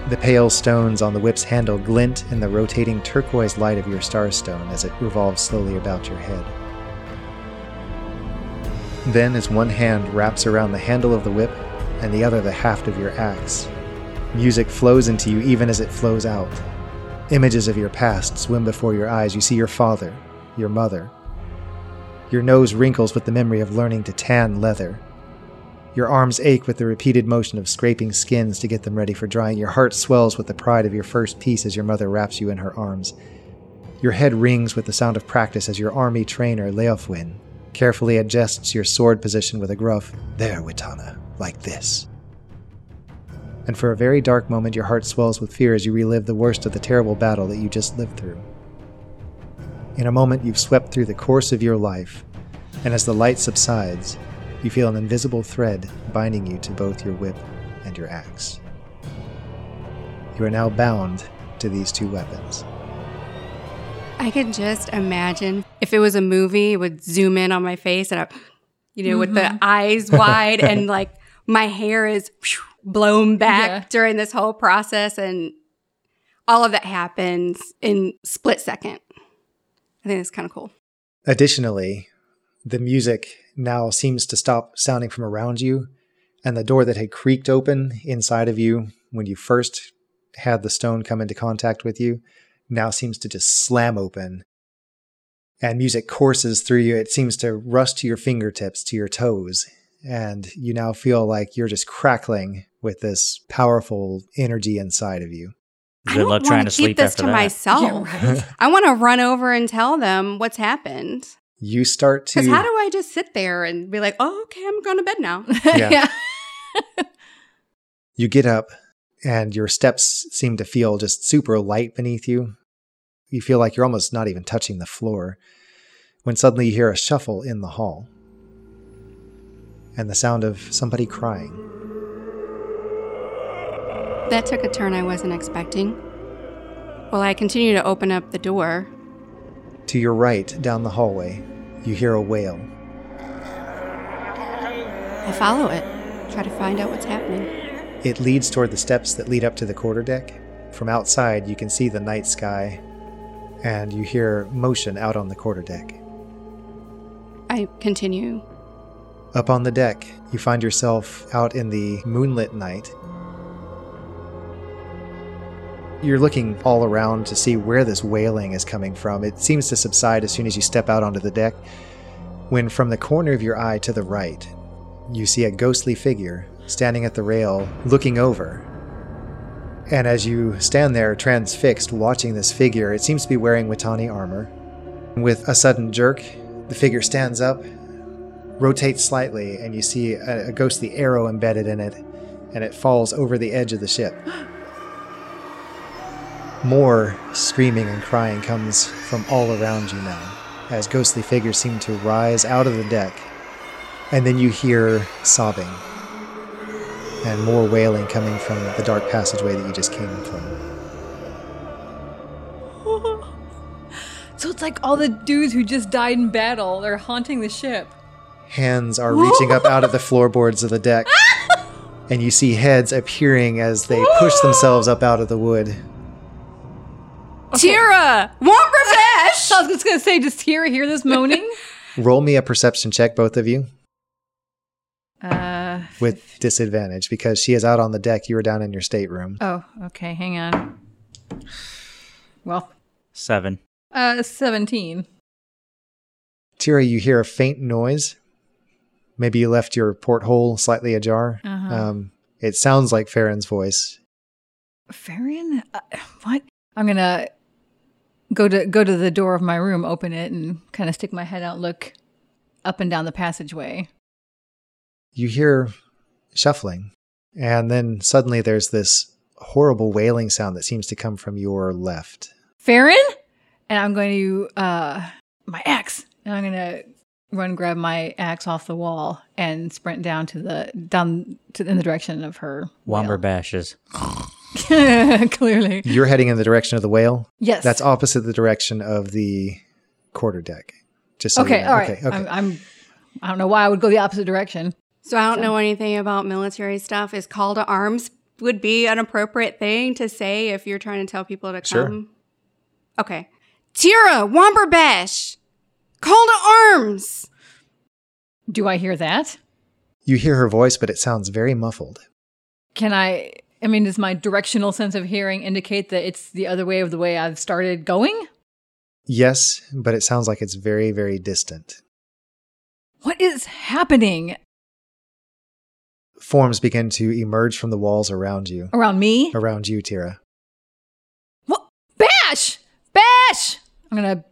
Speaker 4: The pale stones on the whip's handle glint in the rotating turquoise light of your starstone as it revolves slowly about your head. Then, as one hand wraps around the handle of the whip and the other the haft of your axe, music flows into you even as it flows out. Images of your past swim before your eyes. You see your father, your mother. Your nose wrinkles with the memory of learning to tan leather. Your arms ache with the repeated motion of scraping skins to get them ready for drying. Your heart swells with the pride of your first piece as your mother wraps you in her arms. Your head rings with the sound of practice as your army trainer, Leofwin, carefully adjusts your sword position with a gruff, There, Witana, like this. And for a very dark moment, your heart swells with fear as you relive the worst of the terrible battle that you just lived through. In a moment, you've swept through the course of your life, and as the light subsides, you feel an invisible thread binding you to both your whip and your axe. You are now bound to these two weapons.
Speaker 5: I can just imagine if it was a movie, it would zoom in on my face and I, you know, with
Speaker 1: Mm-hmm.
Speaker 5: the eyes wide and like my hair is blown back
Speaker 1: Yeah.
Speaker 5: during this whole process. And all of that happens in split second. I think that's kind of cool.
Speaker 4: Additionally, the music now seems to stop sounding from around you, and the door that had creaked open inside of you when you first had the stone come into contact with you now seems to just slam open. And music courses through you. It seems to rush to your fingertips, to your toes. And you now feel like you're just crackling with this powerful energy inside of you.
Speaker 5: I
Speaker 7: Good
Speaker 5: don't
Speaker 7: luck
Speaker 5: want
Speaker 7: trying to
Speaker 5: keep
Speaker 7: sleep
Speaker 5: this
Speaker 7: after
Speaker 5: to
Speaker 7: that.
Speaker 5: myself. I want to run over and tell them what's happened.
Speaker 4: You start to.
Speaker 5: Because how do I just sit there and be like, oh, okay, I'm going to bed now?
Speaker 4: Yeah.
Speaker 1: yeah.
Speaker 4: You get up, and your steps seem to feel just super light beneath you. You feel like you're almost not even touching the floor when suddenly you hear a shuffle in the hall and the sound of somebody crying.
Speaker 5: That took a turn I wasn't expecting. While I continue to open up the door,
Speaker 4: To your right, down the hallway, you hear a wail.
Speaker 5: I follow it, try to find out what's happening.
Speaker 4: It leads toward the steps that lead up to the quarterdeck. From outside, you can see the night sky and you hear motion out on the quarterdeck.
Speaker 5: I continue.
Speaker 4: Up on the deck, you find yourself out in the moonlit night. You're looking all around to see where this wailing is coming from. It seems to subside as soon as you step out onto the deck, when from the corner of your eye to the right, you see a ghostly figure standing at the rail looking over. And as you stand there, transfixed, watching this figure, it seems to be wearing Watani armor. With a sudden jerk, the figure stands up rotates slightly, and you see a, a ghostly arrow embedded in it, and it falls over the edge of the ship. More screaming and crying comes from all around you now, as ghostly figures seem to rise out of the deck, and then you hear sobbing and more wailing coming from the dark passageway that you just came from.
Speaker 1: So it's like all the dudes who just died in battle are haunting the ship.
Speaker 4: Hands are reaching up out of the floorboards of the deck, and you see heads appearing as they push themselves up out of the wood.
Speaker 5: Tira! Want revenge!
Speaker 1: I was just gonna say, does Tira hear this moaning?
Speaker 4: Roll me a perception check, both of you,
Speaker 1: uh,
Speaker 4: with disadvantage because she is out on the deck. You were down in your stateroom.
Speaker 1: oh, okay, hang on. Well,
Speaker 6: Seven.
Speaker 1: uh, 17.
Speaker 4: Tira, you hear a faint noise. Maybe you left your porthole slightly ajar.
Speaker 1: Uh-huh.
Speaker 4: Um, it sounds like Farron's voice.
Speaker 1: Farron? Uh, what? I'm gonna go to go to the door of my room, open it, and kind of stick my head out, look up and down the passageway.
Speaker 4: You hear shuffling, and then suddenly there's this horrible wailing sound that seems to come from your left.
Speaker 1: Farron? And I'm going to uh my axe. And I'm gonna run grab my axe off the wall and sprint down to the down to in the direction of her.
Speaker 6: Womber bashes.
Speaker 1: whale. Clearly.
Speaker 4: You're heading in the direction of the whale.
Speaker 1: Yes.
Speaker 4: That's opposite the direction of the quarter deck. Just so you
Speaker 1: Okay,
Speaker 4: know.
Speaker 1: all right. I'm, I'm I don't know why I would go the opposite direction.
Speaker 5: So I don't know anything about military stuff. Is call to arms would be an appropriate thing to say if you're trying to tell people to come.
Speaker 4: Sure.
Speaker 5: Okay. Tira, Womberbash, call to arms.
Speaker 1: Do I hear that?
Speaker 4: You hear her voice, but it sounds very muffled.
Speaker 1: Can I? I mean, does my directional sense of hearing indicate that it's the other way of the way I've started going?
Speaker 4: Yes, but it sounds like it's very, very distant.
Speaker 1: What is happening
Speaker 4: Forms begin to emerge from the walls around you,
Speaker 1: around me?
Speaker 4: around you, Tira.
Speaker 1: What? Bash! Bash! I'm gonna.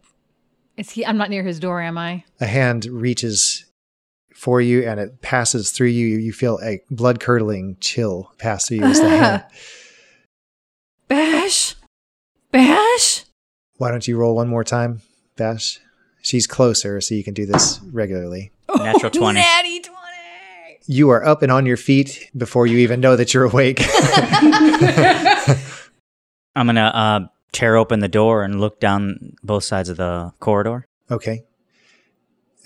Speaker 1: Is he? I'm not near his door, am I?
Speaker 4: A hand reaches for you and it passes through you. You feel a blood curdling chill pass through you as the hand.
Speaker 1: Bash! Bash!
Speaker 4: Why don't you roll one more time, Bash? She's closer, so you can do this regularly.
Speaker 6: Natural 20.
Speaker 1: Natty twenty.
Speaker 4: You are up and on your feet before you even know that you're awake.
Speaker 6: I'm gonna uh, tear open the door and look down both sides of the corridor.
Speaker 4: Okay.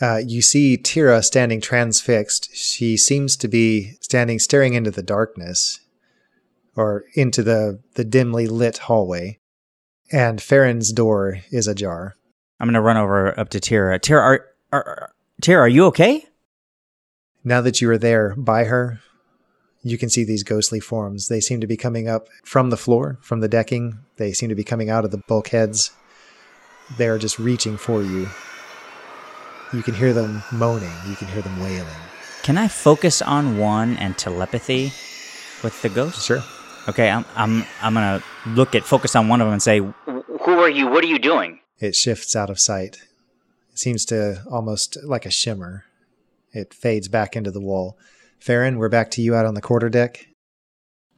Speaker 4: Uh, you see Tira standing transfixed. She seems to be standing staring into the darkness or into the, the dimly lit hallway. And Farron's door is ajar.
Speaker 6: I'm gonna run over up to Tira. Tira, are, are, are Tira, are you okay?
Speaker 4: Now that you are there by her, you can see these ghostly forms. They seem to be coming up from the floor, from the decking. They seem to be coming out of the bulkheads. They are just reaching for you. You can hear them moaning. You can hear them wailing.
Speaker 6: Can I focus on one and telepathy with the ghost?
Speaker 4: Sure.
Speaker 6: Okay, I'm I'm I'm gonna look at focus on one of them and say, "Who are you? What are you doing?"
Speaker 4: it shifts out of sight. It seems to almost like a shimmer. It fades back into the wall. Farron, we're back to you out on the quarter deck.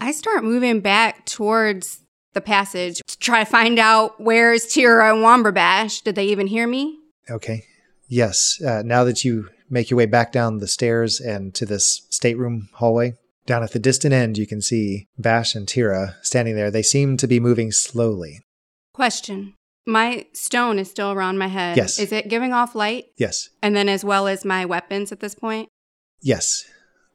Speaker 5: I start moving back towards the passage to try to find out where's Tira and Womberbash. Did they even hear me?
Speaker 4: Okay. Yes. Uh, now that you make your way back down the stairs and to this stateroom hallway, down at the distant end, you can see Bash and Tira standing there. They seem to be moving slowly.
Speaker 5: Question. My stone is still around my head.
Speaker 4: Yes.
Speaker 5: Is it giving off light?
Speaker 4: Yes.
Speaker 5: And then as well as my weapons at this point?
Speaker 4: Yes.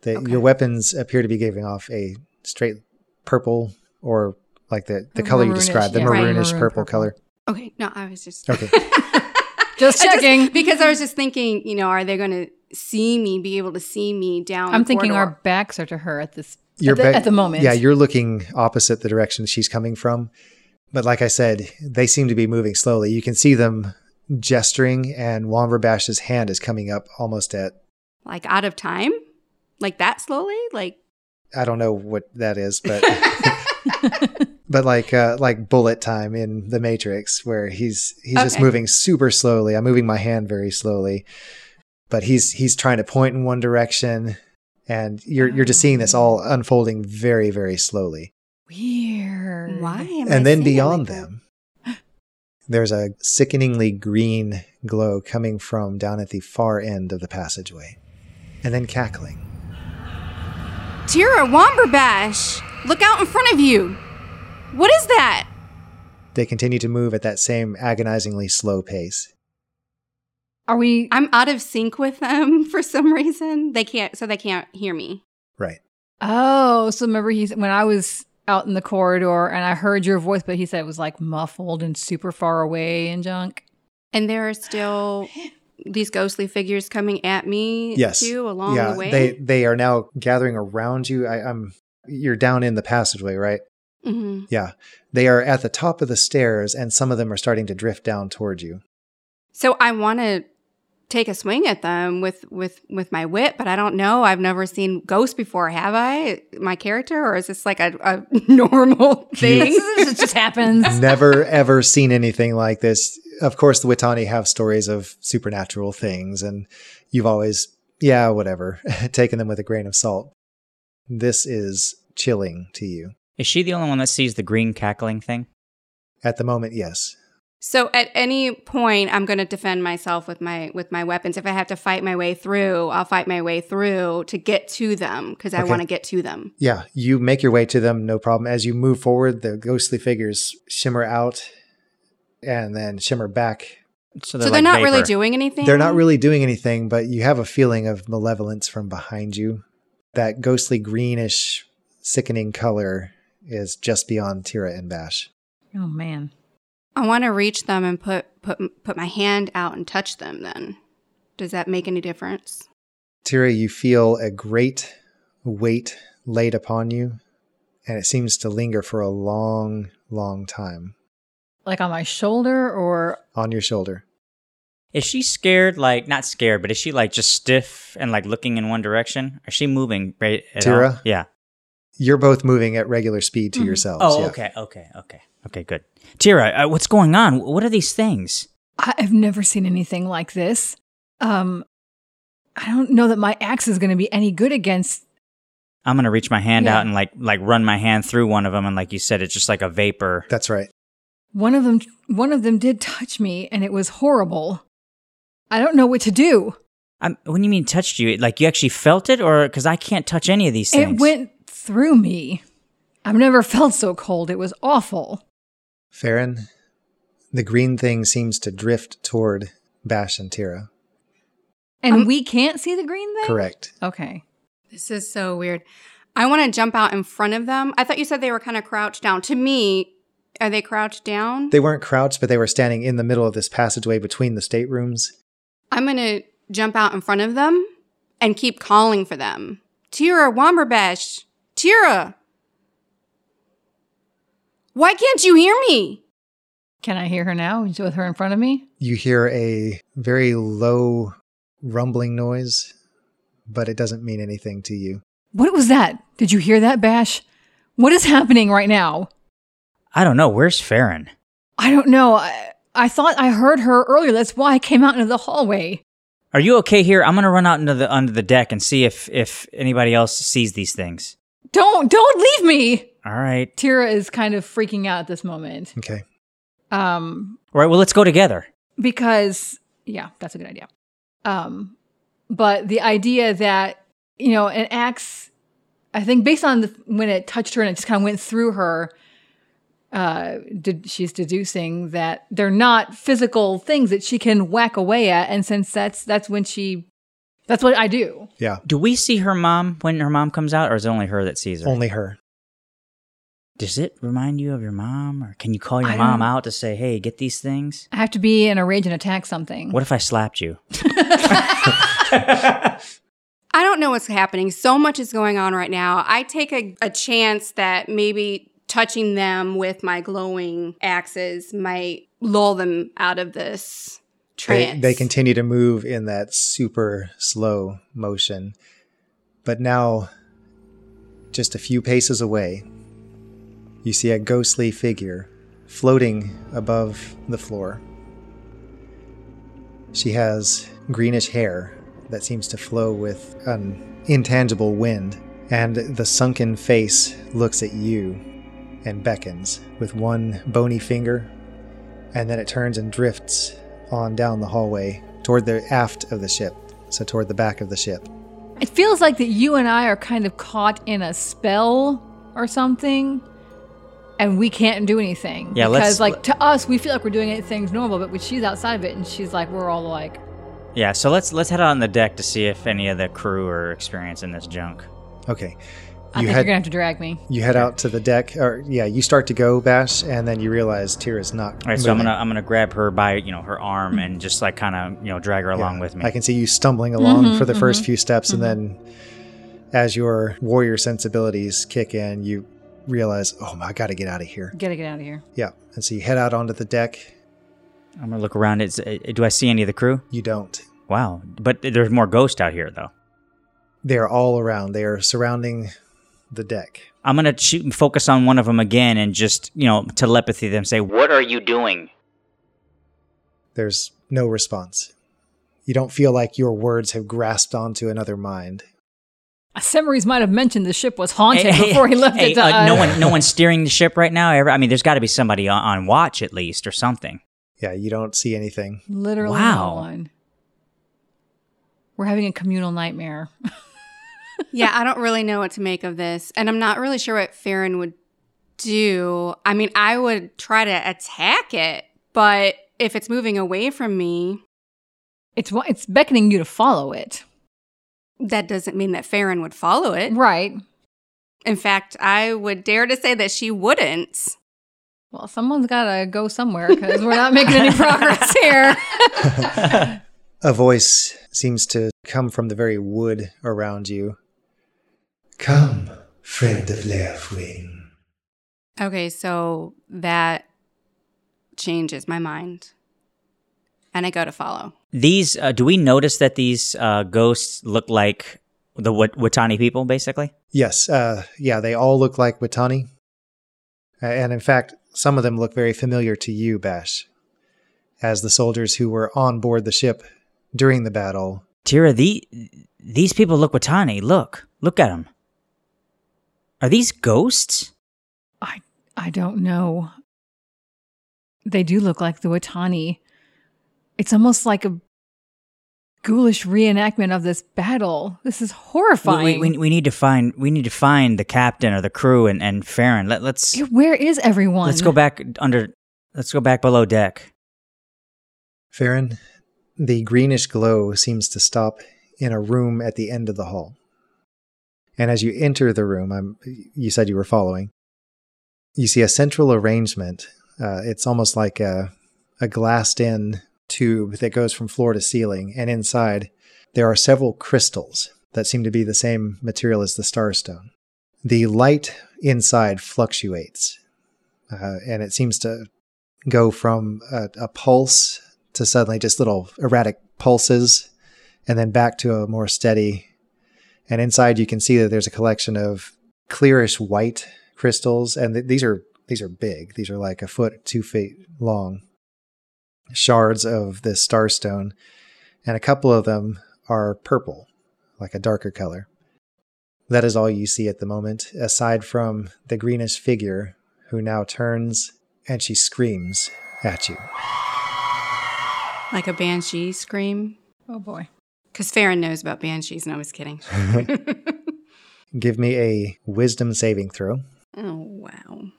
Speaker 4: The,
Speaker 5: Okay.
Speaker 4: Your weapons appear to be giving off a straight purple or like the, the color you
Speaker 1: Maroonish,
Speaker 4: described, the
Speaker 1: yeah.
Speaker 5: Right.
Speaker 4: maroonish
Speaker 1: Maroon
Speaker 4: purple
Speaker 1: purple.
Speaker 4: color.
Speaker 5: Okay. No, I was just
Speaker 4: Okay.
Speaker 1: Just
Speaker 5: I just-
Speaker 1: checking.
Speaker 5: because I was just thinking, you know, are they going to see me, be able to see me down?
Speaker 1: I'm
Speaker 5: the
Speaker 1: thinking our
Speaker 5: corridor?
Speaker 1: backs are to her at this
Speaker 4: You're
Speaker 1: at, the,
Speaker 4: back-
Speaker 1: at the moment.
Speaker 4: Yeah, you're looking opposite the direction she's coming from. But like I said, they seem to be moving slowly. You can see them gesturing, and Womberbash's hand is coming up almost at
Speaker 5: like out of time, like that slowly, like
Speaker 4: I don't know what that is, but but like uh, like bullet time in the Matrix, where he's he's just
Speaker 5: Okay.
Speaker 4: moving super slowly. I'm moving my hand very slowly, but he's he's trying to point in one direction, and you're you're just seeing this
Speaker 1: Ah.
Speaker 4: all unfolding very very slowly.
Speaker 1: weird.
Speaker 5: why? Am I
Speaker 4: and then
Speaker 5: seeing it
Speaker 4: beyond
Speaker 5: like that?
Speaker 4: them, there's a sickeningly green glow coming from down at the far end of the passageway, and then cackling.
Speaker 5: Tira Womberbash, look out in front of you. What is that?
Speaker 4: They continue to move at that same agonizingly slow pace.
Speaker 1: Are we?
Speaker 5: I'm out of sync with them for some reason. They can't, so they can't hear me.
Speaker 4: Right.
Speaker 1: Oh, so remember he's when I was out in the corridor and I heard your voice, but he said it was like muffled and super far away and junk.
Speaker 5: And there are still these ghostly figures coming at me
Speaker 4: yes
Speaker 5: too along
Speaker 4: yeah,
Speaker 5: the way.
Speaker 4: they they are now gathering around you I, i'm you're down in the passageway right
Speaker 5: Mhm.
Speaker 4: yeah they are at the top of the stairs and some of them are starting to drift down toward you
Speaker 5: So I want to take a swing at them with with with my whip, but I don't know. I've never seen ghosts before, have I? My character, or is this like a, a normal thing?
Speaker 1: it just happens.
Speaker 4: never ever seen anything like this of course the witani have stories of supernatural things and you've always yeah whatever taken them with a grain of salt this is chilling to you
Speaker 6: Is she the only one that sees the green cackling thing?
Speaker 4: at the moment yes
Speaker 5: So at any point, I'm going to defend myself with my with my weapons. If I have to fight my way through, I'll fight my way through to get to them because I
Speaker 4: Okay.
Speaker 5: want to get to them.
Speaker 4: Yeah, you make your way to them, no problem. As you move forward, the ghostly figures shimmer out and then shimmer back.
Speaker 5: so they're
Speaker 6: like
Speaker 5: not really
Speaker 6: vapor.
Speaker 5: doing anything.
Speaker 4: They're not really doing anything, but you have a feeling of malevolence from behind you. That ghostly greenish, sickening color is just beyond Tira and Bash.
Speaker 1: Oh man.
Speaker 5: I want to reach them and put put put my hand out and touch them. Then, does that make any difference?
Speaker 4: Tira, you feel a great weight laid upon you, and it seems to linger for a long, long time
Speaker 1: Like on my shoulder or
Speaker 4: on your shoulder.
Speaker 6: Is she scared? Like not scared, but is she like just stiff and like looking in one direction? Is she moving? Right. at all?
Speaker 4: Tira?
Speaker 6: Yeah.
Speaker 4: You're both moving at regular speed to
Speaker 1: Mhm.
Speaker 4: yourselves.
Speaker 6: Oh,
Speaker 4: yeah.
Speaker 6: okay, okay, okay, okay. Good. Tira, uh, what's going on? What are these things?
Speaker 1: I- I've never seen anything like this. Um I don't know that my axe is gonna be any good against
Speaker 6: I'm gonna reach my hand
Speaker 1: Yeah.
Speaker 6: out and like like run my hand through one of them, and like you said, it's just like a vapor.
Speaker 4: That's right.
Speaker 1: one of them one of them did touch me and it was horrible. I don't know what to do.
Speaker 6: I'm, what do you mean touched you? Like you actually felt it, or because I can't touch any of these things.
Speaker 1: It went through me. I've never felt so cold. It was awful.
Speaker 4: Farron, the green thing seems to drift toward Bash and Tira.
Speaker 1: And
Speaker 5: Um,
Speaker 1: we can't see the green thing?
Speaker 4: Correct.
Speaker 1: Okay.
Speaker 5: This is so weird. I want to jump out in front of them. I thought you said they were kind of crouched down. To me, are they crouched down?
Speaker 4: They weren't crouched, but they were standing in the middle of this passageway between the staterooms.
Speaker 5: I'm going to jump out in front of them and keep calling for them. Tira, Womberbash, Tira. Why can't you hear me?
Speaker 1: Can I hear her now with her in front of me?
Speaker 4: You hear a very low rumbling noise, but it doesn't mean anything to you.
Speaker 1: What was that? Did you hear that, Bash? What is happening right now?
Speaker 6: I don't know. Where's Farron?
Speaker 1: I don't know. I, I thought I heard her earlier. That's why I came out into the hallway.
Speaker 6: Are you okay here? I'm gonna run out into the under the deck and see if if anybody else sees these things.
Speaker 1: Don't, don't leave me.
Speaker 6: All right.
Speaker 1: Tira is kind of freaking out at this moment.
Speaker 4: Okay.
Speaker 1: Um,
Speaker 6: All right. Well, let's go together.
Speaker 1: because yeah, that's a good idea. Um, but the idea that you know an axe, I think based on the, when it touched her and it just kind of went through her, uh, did, she's deducing that they're not physical things that she can whack away at, and since that's that's when she, that's what I do.
Speaker 4: Yeah.
Speaker 6: Do we see her mom when her mom comes out, or is it only her that sees her?
Speaker 4: Only her.
Speaker 6: Does it remind you of your mom, or can you call your
Speaker 1: I
Speaker 6: mom
Speaker 1: don't-
Speaker 6: out to say, "Hey, get these things"?
Speaker 1: I have to be in a rage and attack something.
Speaker 6: What if I slapped you?
Speaker 5: I don't know what's happening. So much is going on right now. I take a, a chance that maybe touching them with my glowing axes might lull them out of this
Speaker 4: They,
Speaker 5: trance.
Speaker 4: they continue to move in that super slow motion. But now, just a few paces away, you see a ghostly figure floating above the floor. She has greenish hair that seems to flow with an intangible wind, and the sunken face looks at you and beckons with one bony finger, and then it turns and drifts on down the hallway toward the aft of the ship, so toward the back of the ship.
Speaker 1: It feels like that you and I are kind of caught in a spell or something, and we can't do anything.
Speaker 6: Yeah,
Speaker 1: because
Speaker 6: let's-
Speaker 1: like to us, we feel like we're doing it- things normal, but when she's outside of it, and she's like, we're all like,
Speaker 6: Yeah, so let's let's head out on the deck to see if any of the crew are experiencing this junk.
Speaker 4: Okay.
Speaker 1: I think
Speaker 4: You
Speaker 1: you're
Speaker 4: had-
Speaker 1: gonna have to drag me.
Speaker 4: You head out to the deck, or yeah, you start to go, Bash, and then you realize Tira's not.
Speaker 6: All right, so I'm gonna I'm gonna grab her by you know her arm and just like kind of you know drag her along with me.
Speaker 4: Mm. I can see you stumbling along
Speaker 1: Mhm,
Speaker 4: for the first
Speaker 1: mhm,
Speaker 4: few steps,
Speaker 1: mhm.
Speaker 4: and then as your warrior sensibilities kick in, you realize, oh, my, I gotta get out of here.
Speaker 1: Gotta get out of here.
Speaker 4: Yeah, and so you head out onto the deck.
Speaker 6: I'm gonna look around. It's, uh, do I see any of the crew?
Speaker 4: You don't.
Speaker 6: Wow, but there's more ghosts out here though.
Speaker 4: They are all around. They are surrounding the deck.
Speaker 6: I'm gonna shoot, focus on one of them again and just you know telepathy them say, "What are you doing?"
Speaker 4: There's no response. You don't feel like your words have grasped onto another mind.
Speaker 1: Summaries might have mentioned the ship was haunted
Speaker 6: Hey,
Speaker 1: before he left
Speaker 6: hey,
Speaker 1: it to
Speaker 6: uh, No
Speaker 1: us.
Speaker 6: one, no one's steering the ship right now. Ever? I mean, there's got to be somebody on, on watch at least or something.
Speaker 4: Yeah, you don't see anything.
Speaker 1: Literally
Speaker 6: Wow.
Speaker 1: no one. We're having a communal nightmare.
Speaker 5: yeah, I don't really know what to make of this. And I'm not really sure what Farron would do. I mean, I would try to attack it, but if it's moving away from me,
Speaker 1: It's wa- it's beckoning you to follow it,
Speaker 5: that doesn't mean that Farron would follow it.
Speaker 1: right?
Speaker 5: In fact, I would dare to say that she wouldn't.
Speaker 1: Well, someone's gotta go somewhere because we're not making any progress here.
Speaker 4: A voice seems to come from the very wood around you. Come, friend of Leofwing.
Speaker 5: Okay, so that changes my mind. And I go to follow.
Speaker 6: These uh, do we notice that these uh, ghosts look like the Wat- Watani people basically?
Speaker 4: Yes, uh, yeah, they all look like Watani. Uh, And in fact, some of them look very familiar to you, Bash, as the soldiers who were on board the ship during the battle.
Speaker 6: Tira, the these people look Watani. Look, look at them. Are these ghosts?
Speaker 1: I I don't know. They do look like the Watani. It's almost like a ghoulish reenactment of this battle. This is
Speaker 6: We-
Speaker 1: horrifying.
Speaker 6: We, we, we need to find we need to find the captain or the crew and and Farron. Let, let's
Speaker 1: Yeah, Where is everyone?
Speaker 6: let's go back under. Let's go back below deck.
Speaker 4: Farron, the greenish glow seems to stop in a room at the end of the hall. And as you enter the room, I'm, you said you were following, you see a central arrangement. Uh, it's almost like a, a glassed in tube that goes from floor to ceiling. And inside, there are several crystals that seem to be the same material as the starstone. The light inside fluctuates, uh, and it seems to go from a, a pulse to suddenly just little erratic pulses and then back to a more steady. And inside you can see that there's a collection of clearish white crystals and th- these are these are big. These are like a foot, 2 feet long. Shards of this starstone and a couple of them are purple, like a darker color. That is all you see at the moment aside from the greenish figure who now turns and she screams at you.
Speaker 5: Like a banshee scream.
Speaker 1: Oh boy.
Speaker 5: Because Farron knows about banshees. No, I was kidding.
Speaker 4: Give me a wisdom saving throw.
Speaker 5: oh, wow.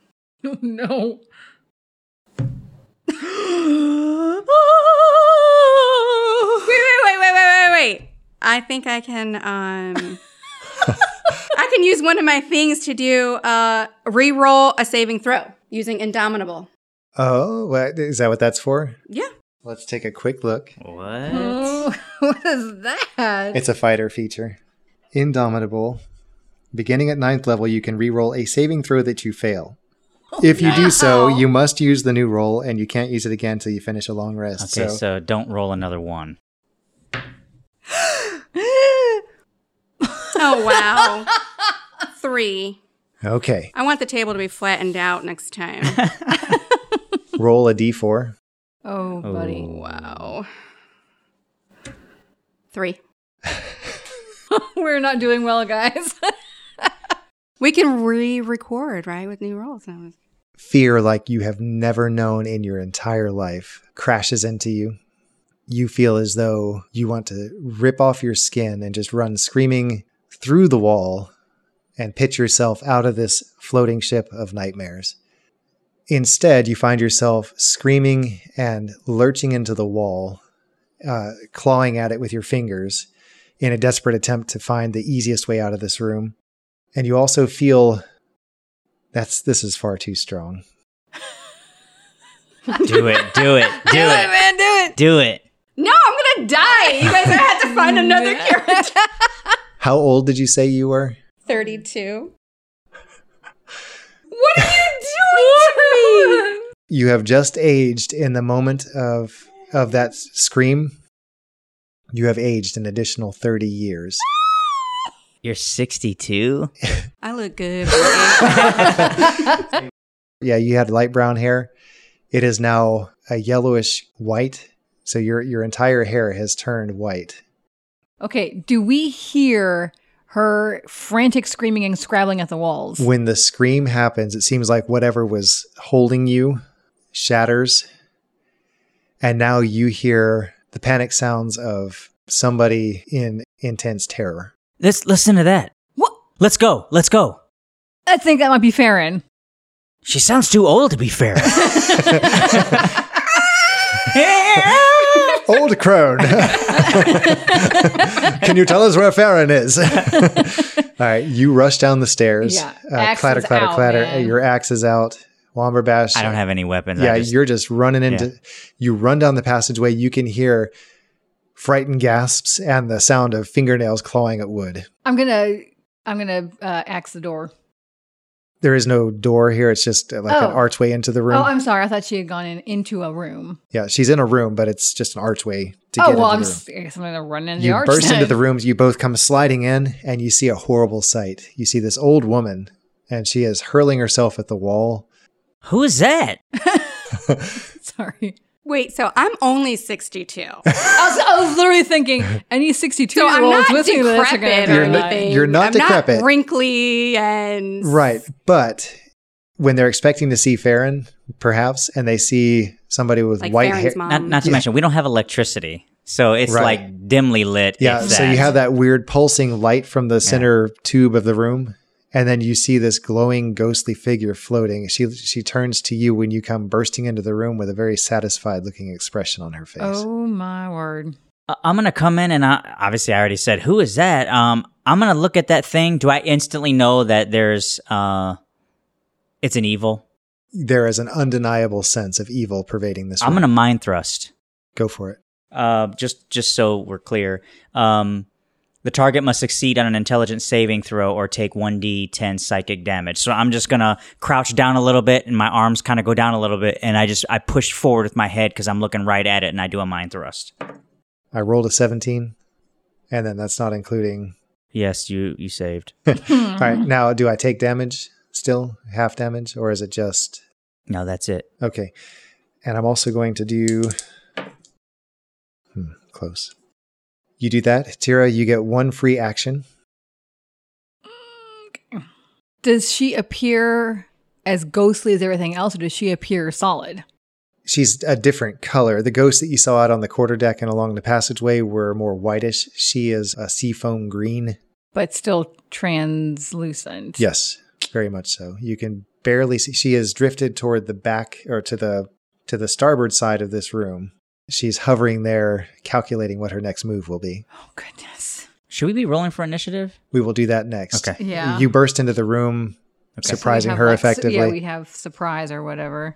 Speaker 1: no.
Speaker 5: Wait, wait, wait, wait, wait, wait, wait. I think I can um I can use one of my things to do uh re-roll a saving throw using indomitable.
Speaker 4: Oh, what, is that what that's for?
Speaker 5: Yeah.
Speaker 4: Let's take a quick look.
Speaker 6: What?
Speaker 1: Oh, what is that?
Speaker 4: It's a fighter feature. Indomitable. Beginning at ninth level, you can reroll a saving throw that you fail. If you do so, you must use the new roll, and you can't use it again until you finish a long rest.
Speaker 6: Okay, so,
Speaker 4: so,
Speaker 6: don't roll another one.
Speaker 5: Oh wow. 3.
Speaker 4: okay,
Speaker 5: I want the table to be flattened out next time.
Speaker 4: roll a d4.
Speaker 1: Oh, buddy.
Speaker 5: wow. 3.
Speaker 6: Oh.
Speaker 1: We're not doing well, guys.
Speaker 5: We can re-record, right, with new rolls. now.
Speaker 4: fear like you have never known in your entire life crashes into you. You feel as though you want to rip off your skin and just run screaming through the wall and pitch yourself out of this floating ship of nightmares. Instead, you find yourself screaming and lurching into the wall, uh, clawing at it with your fingers in a desperate attempt to find the easiest way out of this room. And you also feel that's this is far too strong.
Speaker 6: Do it. Do it. Do
Speaker 5: Do it,
Speaker 6: it.
Speaker 5: man, do it.
Speaker 6: Do it.
Speaker 5: No, I'm gonna die. You guys, I had to find another character.
Speaker 4: How old did you say you were?
Speaker 5: 32. What are you doing to me?
Speaker 4: You have just aged in the moment of of that s- scream. You have aged an additional 30 years.
Speaker 6: You're 62.
Speaker 5: I look good. baby.
Speaker 4: Yeah, you had light brown hair. It is now a yellowish white. So your your entire hair has turned white.
Speaker 1: Okay, do we hear her frantic screaming and scrabbling at the walls?
Speaker 4: When the scream happens, it seems like whatever was holding you shatters. And now you hear the panic sounds of somebody in intense terror.
Speaker 6: Let's listen to that.
Speaker 1: what?
Speaker 6: Let's go. Let's go.
Speaker 1: I think that might be Farron.
Speaker 6: She sounds too old to be fair.
Speaker 4: Old crone. Can you tell us where Farron is? All right, you rush down the stairs.
Speaker 1: Yeah,
Speaker 4: Uh,
Speaker 1: axe
Speaker 4: clatter,
Speaker 1: is
Speaker 4: clatter,
Speaker 1: out,
Speaker 4: clatter.
Speaker 1: man.
Speaker 4: Your axe is out. Womberbash.
Speaker 6: I don't have any weapons.
Speaker 4: Yeah,
Speaker 6: I just,
Speaker 4: you're just running into. You run down the passageway. You can hear frightened gasps and the sound of fingernails clawing at wood.
Speaker 1: I'm gonna I'm gonna uh, axe the door.
Speaker 4: There is no door here. It's just uh, like
Speaker 1: Oh.
Speaker 4: an archway into the room.
Speaker 1: Oh, I'm sorry. I thought she had gone in into a room.
Speaker 4: yeah, she's in a room, but it's just an archway to
Speaker 1: Oh
Speaker 4: get
Speaker 1: well, I'm,
Speaker 4: into the
Speaker 1: s-
Speaker 4: room.
Speaker 1: I guess I'm gonna run into
Speaker 4: you
Speaker 1: the arch.
Speaker 4: burst into
Speaker 1: then.
Speaker 4: the room. You both come sliding in, and you see a horrible sight. You see this old woman, and she is hurling herself at the wall.
Speaker 6: who is that?
Speaker 1: Sorry,
Speaker 5: Wait, so I'm only 62.
Speaker 1: I was, I was literally thinking any 62
Speaker 5: So
Speaker 1: year
Speaker 5: I'm
Speaker 1: olds
Speaker 5: not
Speaker 1: listening to this are gonna
Speaker 5: decrepit
Speaker 1: be
Speaker 5: or
Speaker 4: You're not-
Speaker 1: like,
Speaker 5: anything.
Speaker 4: you're not
Speaker 5: I'm
Speaker 4: decrepit.
Speaker 5: Not wrinkly and
Speaker 4: Right, but when they're expecting to see Farron, perhaps, and they see somebody with
Speaker 5: Like
Speaker 4: white
Speaker 5: Farron's
Speaker 4: hair.
Speaker 5: mom.
Speaker 6: Not, not to
Speaker 4: Yeah.
Speaker 6: mention, we don't have electricity, so it's
Speaker 4: Right.
Speaker 6: like dimly lit.
Speaker 4: Yeah,
Speaker 6: if
Speaker 4: so
Speaker 6: that.
Speaker 4: you have that weird pulsing light from the center tube of the room, and then you see this glowing ghostly figure floating. She she turns to you when you come bursting into the room with a very satisfied looking expression on her face.
Speaker 1: Oh my word!
Speaker 6: Uh, I'm gonna come in and I, obviously I already said who is that. Um, I'm gonna look at that thing. Do I instantly know that there's uh, it's an evil?
Speaker 4: There is an undeniable sense of evil pervading this room.
Speaker 6: I'm gonna mind thrust.
Speaker 4: go for it.
Speaker 6: Uh, just just so we're clear. Um, the target must succeed on an intelligence saving throw or take 1d10 psychic damage. So I'm just gonna crouch down a little bit and my arms kind of go down a little bit, and I just I push forward with my head because I'm looking right at it, and I do a mind thrust.
Speaker 4: I rolled a 17, and then that's not including.
Speaker 6: Yes, you you saved.
Speaker 4: All right, now do I take damage still? Half damage? Or is it just.
Speaker 6: No, that's it.
Speaker 4: Okay. And I'm also going to do. Hmm, close. You do that. Tira, you get one free action.
Speaker 1: Does she appear as ghostly as everything else, or does she appear solid?
Speaker 4: She's a different color. The ghosts that you saw out on the quarterdeck and along the passageway were more whitish. She is a seafoam green.
Speaker 1: but still translucent.
Speaker 4: Yes, very much so. You can barely see. She has drifted toward the back or to the to the starboard side of this room. She's hovering there, calculating what her next move will be.
Speaker 1: Oh goodness.
Speaker 6: Should we be rolling for initiative?
Speaker 4: We will do that next.
Speaker 6: Okay.
Speaker 1: Yeah.
Speaker 4: You burst into the room,
Speaker 6: Okay.
Speaker 4: surprising
Speaker 1: So we have,
Speaker 4: her
Speaker 1: like, su-
Speaker 4: effectively.
Speaker 1: yeah, we have surprise or whatever.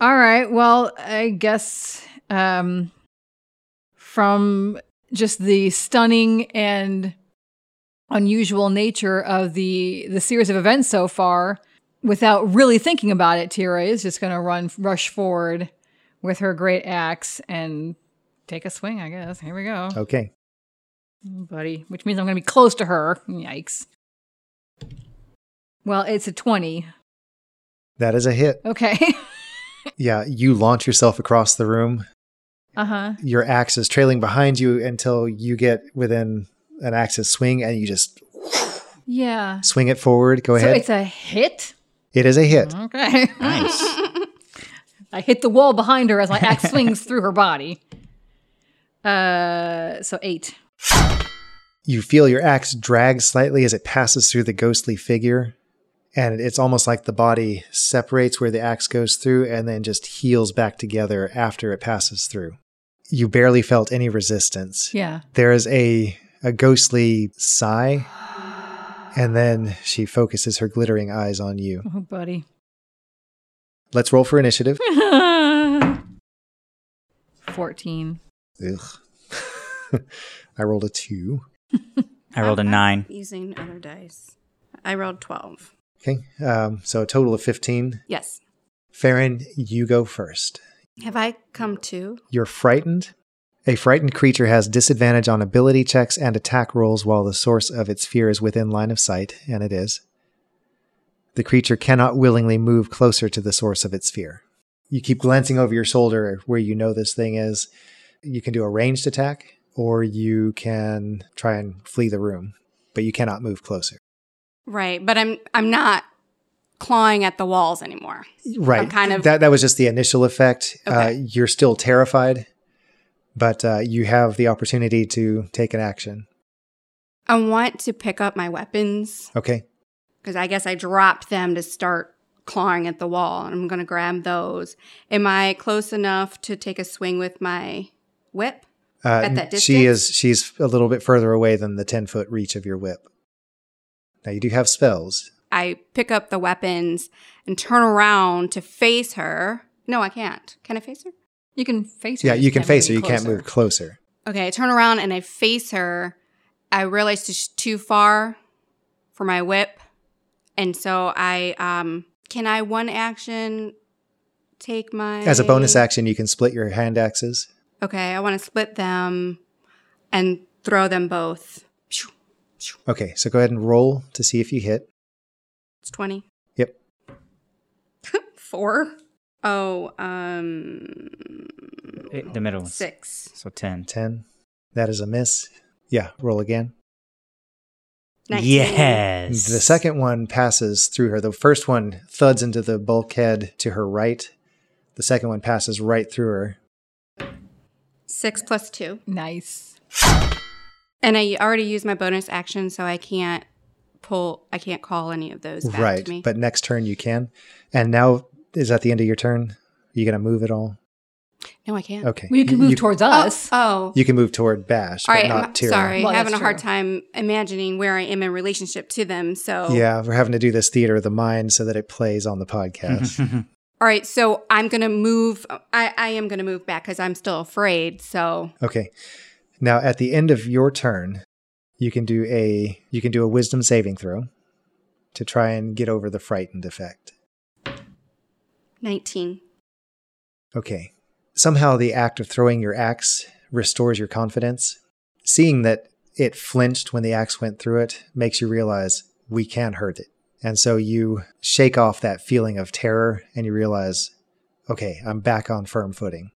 Speaker 1: All right. Well, I guess um, from just the stunning and unusual nature of the the series of events so far, without really thinking about it, Tira is just going to run rush forward with her great axe and take a swing. I guess. Here we go.
Speaker 4: okay.
Speaker 1: buddy, which means I'm going to be close to her. Yikes. Well, it's a 20.
Speaker 4: That is a hit.
Speaker 1: Okay.
Speaker 4: Yeah, you launch yourself across the room.
Speaker 1: uh huh.
Speaker 4: Your axe is trailing behind you until you get within an axe's swing and you just
Speaker 1: Yeah.
Speaker 4: swing it forward. Go
Speaker 1: so
Speaker 4: ahead.
Speaker 1: it's a hit?
Speaker 4: it is a hit.
Speaker 1: Okay.
Speaker 6: Nice.
Speaker 1: I hit the wall behind her as my axe swings through her body. Uh, so eight.
Speaker 4: you feel your axe drag slightly as it passes through the ghostly figure and it's almost like the body separates where the axe goes through and then just heals back together after it passes through you barely felt any resistance
Speaker 1: Yeah.
Speaker 4: there is a a ghostly sigh And then she focuses her glittering eyes on you.
Speaker 1: Oh, buddy.
Speaker 4: Let's roll for initiative.
Speaker 1: 14.
Speaker 4: Ugh. I rolled a two.
Speaker 6: I rolled a
Speaker 5: I'm
Speaker 6: nine.
Speaker 5: Using other dice. I rolled 12.
Speaker 4: Okay. Um, so a total of 15.
Speaker 5: Yes.
Speaker 4: Farron, you go first.
Speaker 5: Have I come to?
Speaker 4: You're frightened. A frightened creature has disadvantage on ability checks and attack rolls while the source of its fear is within line of sight, and it is. The creature cannot willingly move closer to the source of its fear. You keep glancing over your shoulder where you know this thing is. You can do a ranged attack, or you can try and flee the room, but you cannot move closer.
Speaker 5: Right, but I'm I'm not clawing at the walls anymore.
Speaker 4: right
Speaker 5: I'm kind of-
Speaker 4: that that was just the initial effect uh,
Speaker 5: Okay.
Speaker 4: you're still terrified but uh, you have the opportunity to take an action
Speaker 5: I want to pick up my weapons
Speaker 4: okay
Speaker 5: because I guess I dropped them to start clawing at the wall, and I'm going to grab those. Am I close enough to take a swing with my whip?
Speaker 4: uh,
Speaker 5: At that
Speaker 4: she is
Speaker 5: distance?
Speaker 4: she's a little bit further away than the 10 foot reach of your whip now you do have spells
Speaker 5: I pick up the weapons and turn around to face her. No, I can't. Can I face her?
Speaker 1: You can face her.
Speaker 4: yeah you can
Speaker 1: can't
Speaker 4: face her
Speaker 1: move
Speaker 4: you
Speaker 1: any
Speaker 4: can't move closer
Speaker 5: Okay, I turn around and I face her. I realize she's too far for my whip. And so I um can I one action take my
Speaker 4: as a bonus action you can split your hand axes
Speaker 5: Okay, I want to split them and throw them both. Phew,
Speaker 4: okay so go ahead and roll to see if you hit
Speaker 5: It's 20.
Speaker 4: yep
Speaker 5: 4. Oh, um
Speaker 6: It- Eh, the middle one's
Speaker 5: 6.
Speaker 6: So ten.
Speaker 4: 10 that is a miss yeah roll again
Speaker 5: 19.
Speaker 6: Yes.
Speaker 4: The second one passes through her. The first one thuds into the bulkhead to her right. The second one passes right through her.
Speaker 5: 6 plus 2.
Speaker 1: Nice.
Speaker 5: And I already used my bonus action so I can't pull I can't call any of those back
Speaker 4: right.
Speaker 5: to me.
Speaker 4: But next turn you can. And now is that the end of your turn? Are you going to move at all?
Speaker 5: no, I can't.
Speaker 4: Okay.
Speaker 1: Well, you can move
Speaker 4: you,
Speaker 1: towards
Speaker 5: Oh,
Speaker 1: us.
Speaker 5: Oh,
Speaker 4: You can move toward Bash,
Speaker 5: all
Speaker 4: but
Speaker 5: right.
Speaker 4: not
Speaker 5: I'm
Speaker 4: Tyrion.
Speaker 5: sorry.
Speaker 1: Well,
Speaker 5: having a
Speaker 1: that's
Speaker 5: hard
Speaker 1: true.
Speaker 5: time imagining where I am in relationship to them. So,
Speaker 4: Yeah, we're having to do this theater of the mind so that it plays on the podcast.
Speaker 5: all right. So I'm gonna move. I, I am gonna move back because I'm still afraid. So,
Speaker 4: okay. Now at the end of your turn, you can do a you can do a wisdom saving throw to try and get over the frightened effect.
Speaker 5: 19.
Speaker 4: Okay. Somehow the act of throwing your axe restores your confidence. Seeing that it flinched when the axe went through it makes you realize we can hurt it. And so you shake off that feeling of terror and you realize, okay, I'm back on firm footing.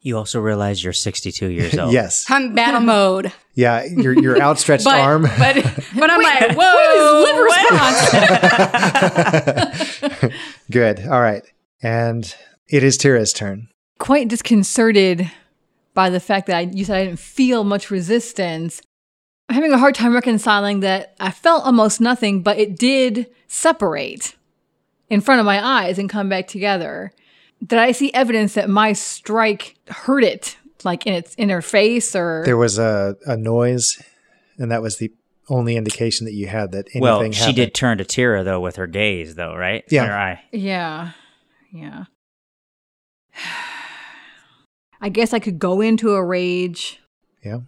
Speaker 6: You also realize you're 62 years old.
Speaker 4: Yes.
Speaker 5: I'm battle mode.
Speaker 4: Yeah, your your outstretched
Speaker 5: But
Speaker 4: arm.
Speaker 5: but but I'm like, whoa,
Speaker 1: liver
Speaker 4: Good. All right. And it is Tira's turn.
Speaker 1: Quite disconcerted by the fact that I, you said I didn't feel much resistance. I'm having a hard time reconciling that I felt almost nothing, but it did separate in front of my eyes and come back together. Did I see evidence that my strike hurt it, like in its inner face or?
Speaker 4: There was a, a noise, and that was the only indication that you had that anything
Speaker 6: Well,
Speaker 4: happened.
Speaker 6: she did turn to Tira though with her gaze though, right?
Speaker 4: Yeah.
Speaker 6: Her eye.
Speaker 1: Yeah. Yeah. I guess I could go into a rage
Speaker 4: Yeah.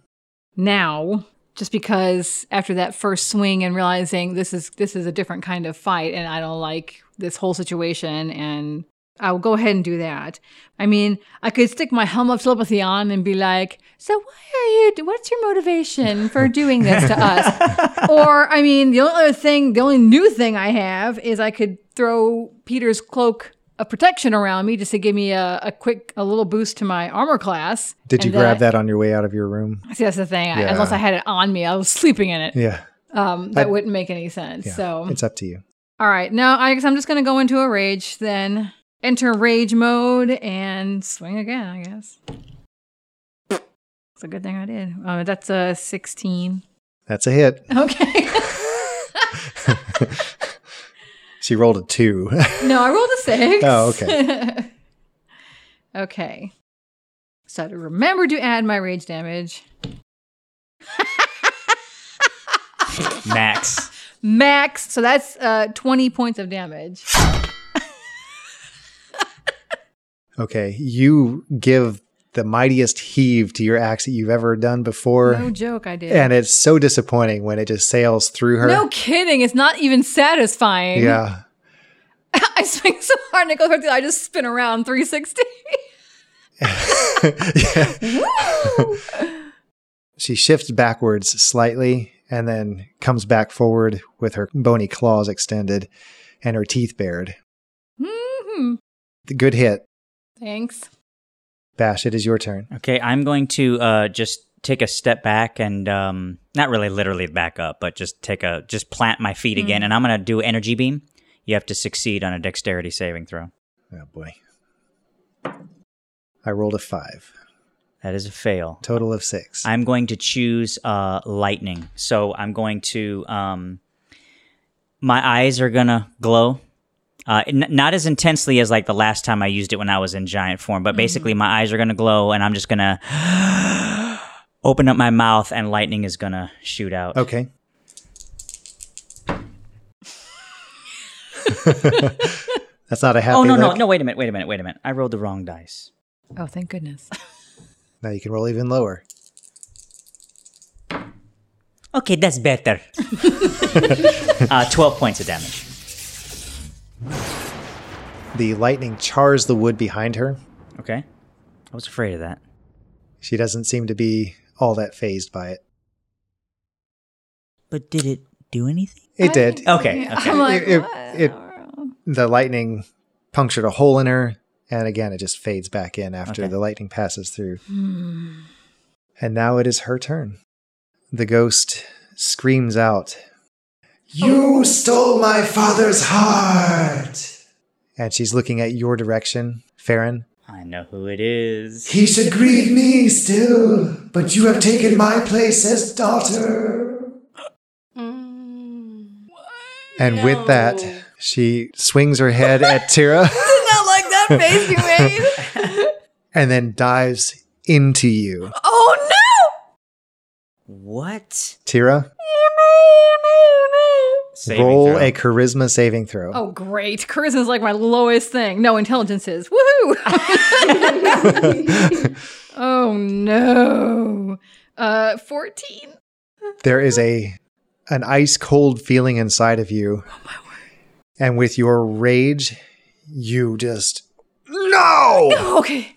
Speaker 1: now just because after that first swing and realizing this is this is a different kind of fight and I don't like this whole situation and I will go ahead and do that. I mean, I could stick my helm of telepathy on and be like, "So why are you? do- What's your motivation for doing this to us?" or, I mean, the only other thing, the only new thing I have is I could throw Peter's cloak of protection around me just to give me a, a quick, a little boost to my armor class.
Speaker 4: Did you
Speaker 1: And then
Speaker 4: grab
Speaker 1: I-
Speaker 4: that on your way out of your room?
Speaker 1: See, that's the thing. I-
Speaker 4: Yeah.
Speaker 1: unless I had it on me, I was sleeping in it.
Speaker 4: Yeah.
Speaker 1: Um, that
Speaker 4: I-
Speaker 1: wouldn't make any sense.
Speaker 4: yeah.
Speaker 1: So
Speaker 4: it's up to you.
Speaker 1: all right. No, I guess I'm just going to go into a rage then. Enter rage mode and swing again, I guess. It's a good thing I did. Uh, that's a 16.
Speaker 4: That's a hit.
Speaker 1: Okay.
Speaker 4: she rolled a two.
Speaker 1: no, I rolled a 6.
Speaker 4: Oh, okay.
Speaker 1: okay. So I had to remember to add my rage damage.
Speaker 6: Max.
Speaker 1: Max. So that's uh, 20 points of damage.
Speaker 4: Okay, you give the mightiest heave to your axe that you've ever done before.
Speaker 1: No joke, I did.
Speaker 4: and it's so disappointing when it just sails through her.
Speaker 1: No kidding. It's not even satisfying.
Speaker 4: Yeah.
Speaker 1: I swing so hard, Nicole, I just spin around 360.
Speaker 4: yeah.
Speaker 1: Woo!
Speaker 4: She shifts backwards slightly and then comes back forward with her bony claws extended and her teeth bared.
Speaker 1: hmm
Speaker 4: Good hit.
Speaker 1: Thanks.
Speaker 4: Bash, it is your turn.
Speaker 6: Okay, I'm going to uh, just take a step back and um, not really literally back up, but just take a just plant my feet again, and I'm going to do energy beam. You have to succeed on a dexterity saving throw.
Speaker 4: Oh boy. I rolled a five,
Speaker 6: That is a fail.
Speaker 4: total of six.
Speaker 6: I'm going to choose uh, lightning. So I'm going to. Um, my eyes are gonna glow, uh, n- not as intensely as like the last time I used it when I was in giant form, but basically my eyes are gonna glow, and I'm just gonna open up my mouth, and lightning is gonna shoot out.
Speaker 4: okay. That's not a happy
Speaker 6: Oh no no
Speaker 4: look.
Speaker 6: no! Wait a minute! Wait a minute! Wait a minute! I rolled the wrong dice.
Speaker 1: Oh, thank goodness.
Speaker 4: Now you can roll even lower.
Speaker 6: Okay, that's better. uh, Twelve points of damage.
Speaker 4: The lightning chars the wood behind her.
Speaker 6: Okay, I was afraid of that.
Speaker 4: She doesn't seem to be all that phased by it.
Speaker 6: But did it do anything?
Speaker 4: It did.
Speaker 6: Okay, okay.
Speaker 1: I'm like,
Speaker 4: It- it-
Speaker 1: what in
Speaker 4: it-
Speaker 1: the world?
Speaker 4: The lightning punctured a hole in her, and again, it just fades back in after
Speaker 6: Okay.
Speaker 4: the lightning passes through.
Speaker 1: Hmm.
Speaker 4: And now it is her turn. The ghost screams out, You stole my father's heart! And she's looking at your direction, Farron.
Speaker 6: I know who it is.
Speaker 4: He should grieve me still, but you have taken my place as daughter.
Speaker 5: Mm.
Speaker 4: And with that, she swings her head at Tira
Speaker 1: Not like that face you made.
Speaker 4: and then dives into you.
Speaker 1: Oh no!
Speaker 6: What?
Speaker 4: Tira,
Speaker 6: Saving
Speaker 4: roll
Speaker 6: throw.
Speaker 4: a charisma saving throw.
Speaker 1: Oh great, charisma's like my lowest thing. No, intelligence is. Woohoo! oh no. Uh, fourteen.
Speaker 4: There is a an ice cold feeling inside of you. And with your rage, you just no.
Speaker 1: Okay.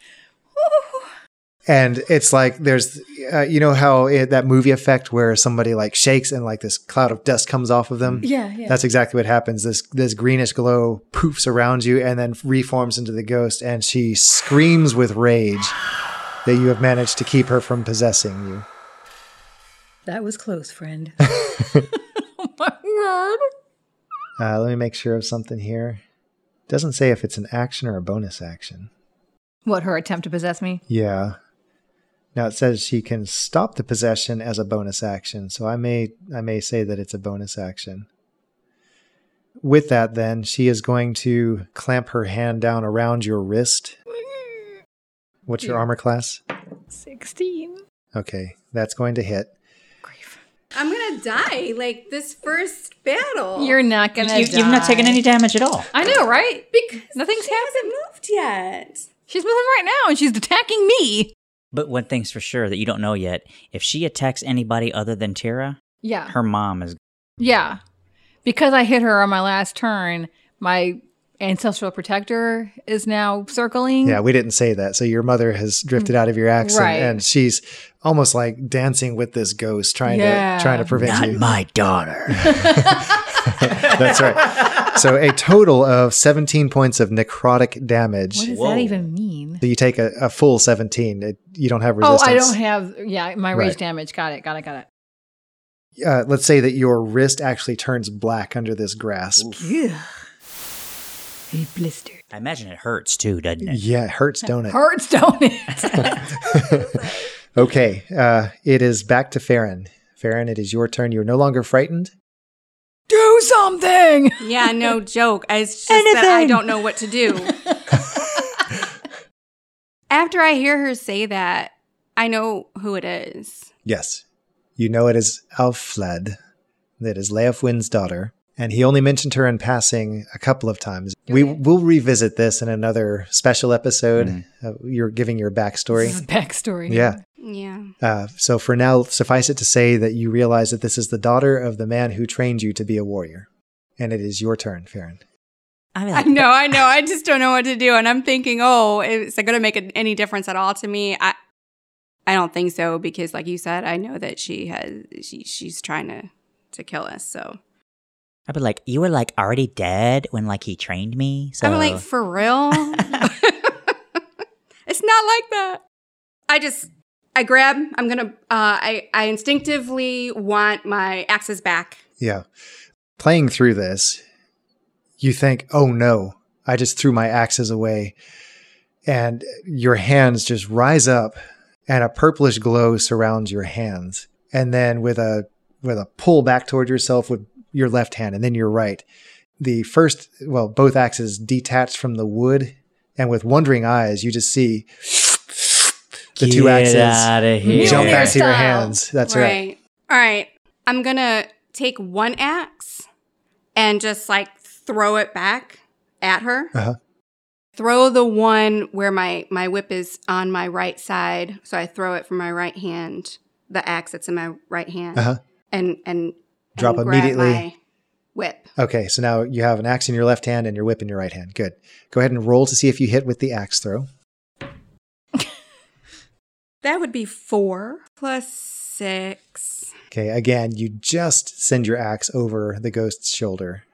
Speaker 4: And it's like there's, uh, you know how it, that movie effect where somebody like shakes and like this cloud of dust comes off of them.
Speaker 1: Yeah, yeah.
Speaker 4: That's exactly what happens. This this greenish glow poofs around you and then reforms into the ghost, and she screams with rage that you have managed to keep her from possessing you.
Speaker 1: that was close, friend. oh my word.
Speaker 4: Uh, let me make sure of something here. Doesn't say if it's an action or a bonus action.
Speaker 1: What her attempt to possess me?
Speaker 4: Yeah. Now it says she can stop the possession as a bonus action, so I may I may say that it's a bonus action. With that, then she is going to clamp her hand down around your wrist. What's your
Speaker 1: Yeah.
Speaker 4: armor class?
Speaker 1: Sixteen.
Speaker 4: Okay, that's going to hit.
Speaker 1: Grief.
Speaker 5: I'm gonna die like this first battle.
Speaker 1: You're not gonna.
Speaker 6: You, you've not taken
Speaker 1: die.
Speaker 6: any damage at all.
Speaker 1: I know, right? Because nothing's
Speaker 5: she hasn't moved yet.
Speaker 1: She's moving right now and she's attacking me.
Speaker 6: But one thing's for sure that you don't know yet: if she attacks anybody other than Tira,
Speaker 1: Yeah.
Speaker 6: her mom is.
Speaker 1: Yeah. Because I hit her on my last turn, my ancestral protector is now circling.
Speaker 4: Yeah, we didn't say that. So your mother has drifted out of your accent,
Speaker 1: Mm. Right.
Speaker 4: and she's almost like dancing with this ghost, trying
Speaker 1: Yeah.
Speaker 4: to trying to prevent
Speaker 6: Not
Speaker 4: you.
Speaker 6: my daughter.
Speaker 4: That's right. So a total of 17 points of necrotic damage.
Speaker 1: What does
Speaker 6: Whoa.
Speaker 1: that even mean?
Speaker 4: So you take a, a full 17. It, you don't have
Speaker 1: Oh,
Speaker 4: resistance.
Speaker 1: I don't have. Yeah, my rage
Speaker 4: Right.
Speaker 1: damage. Got it. Got it. Got it.
Speaker 4: Uh, let's say that your wrist actually turns black under this grasp.
Speaker 1: Yeah. He blistered.
Speaker 6: I imagine it hurts too, doesn't it?
Speaker 4: Yeah, it hurts, don't it?
Speaker 1: Hurts, don't it?
Speaker 4: okay. Uh, it is back to Farron. Farron, it is your turn. You're no longer frightened.
Speaker 1: Do something.
Speaker 5: Yeah, no joke. It's just that I
Speaker 1: Anything.
Speaker 5: don't know what to do. After I hear her say that, I know who it is.
Speaker 4: Yes. You know it is Alfled, that is Leofwin's daughter, and he only mentioned her in passing a couple of times. We
Speaker 1: Okay.
Speaker 4: will revisit this in another special episode.
Speaker 6: Mhm.
Speaker 4: Uh, you're giving your backstory.
Speaker 1: This is backstory.
Speaker 4: Yeah.
Speaker 5: Yeah.
Speaker 4: Uh, so for now, suffice it to say that you realize that this is the daughter of the man who trained you to be a warrior, and it is your turn, Farron.
Speaker 6: I, mean,
Speaker 5: I
Speaker 6: like,
Speaker 5: know, I know. I just don't know what to do. And I'm thinking, oh, is it going to make it any difference at all to me? I, I don't think so because, like you said, I know that she has she she's trying to to kill us. So
Speaker 6: I'd be like, you were like already dead when like he trained me. So
Speaker 5: I'm like, for real? it's not like that. I just I grab. I'm gonna. Uh, I I instinctively want my axes back.
Speaker 4: Yeah. Playing through this, you think, oh no, I just threw my axes away. And your hands just rise up and a purplish glow surrounds your hands. And then with a with a pull back toward yourself with your left hand and then your right. The first well, both axes detached from the wood, and with wondering eyes, you just see the two axes
Speaker 6: out of here.
Speaker 4: jump
Speaker 1: Mjolnir
Speaker 4: back to your
Speaker 1: style.
Speaker 4: hands. That's right.
Speaker 5: All right. I'm going to take one axe and just like throw it back at her.
Speaker 4: Uh-huh.
Speaker 5: Throw the one where my my whip is on my right side, so I throw it from my right hand, the axe that's in my right hand,
Speaker 4: Uh-huh.
Speaker 5: and and
Speaker 4: Drop
Speaker 5: and grab
Speaker 4: immediately.
Speaker 5: my whip.
Speaker 4: Okay, so now you have an axe in your left hand and your whip in your right hand. Good. Go ahead and roll to see if you hit with the axe throw.
Speaker 5: That would be four plus six.
Speaker 4: Okay, again, you just send your axe over the ghost's shoulder.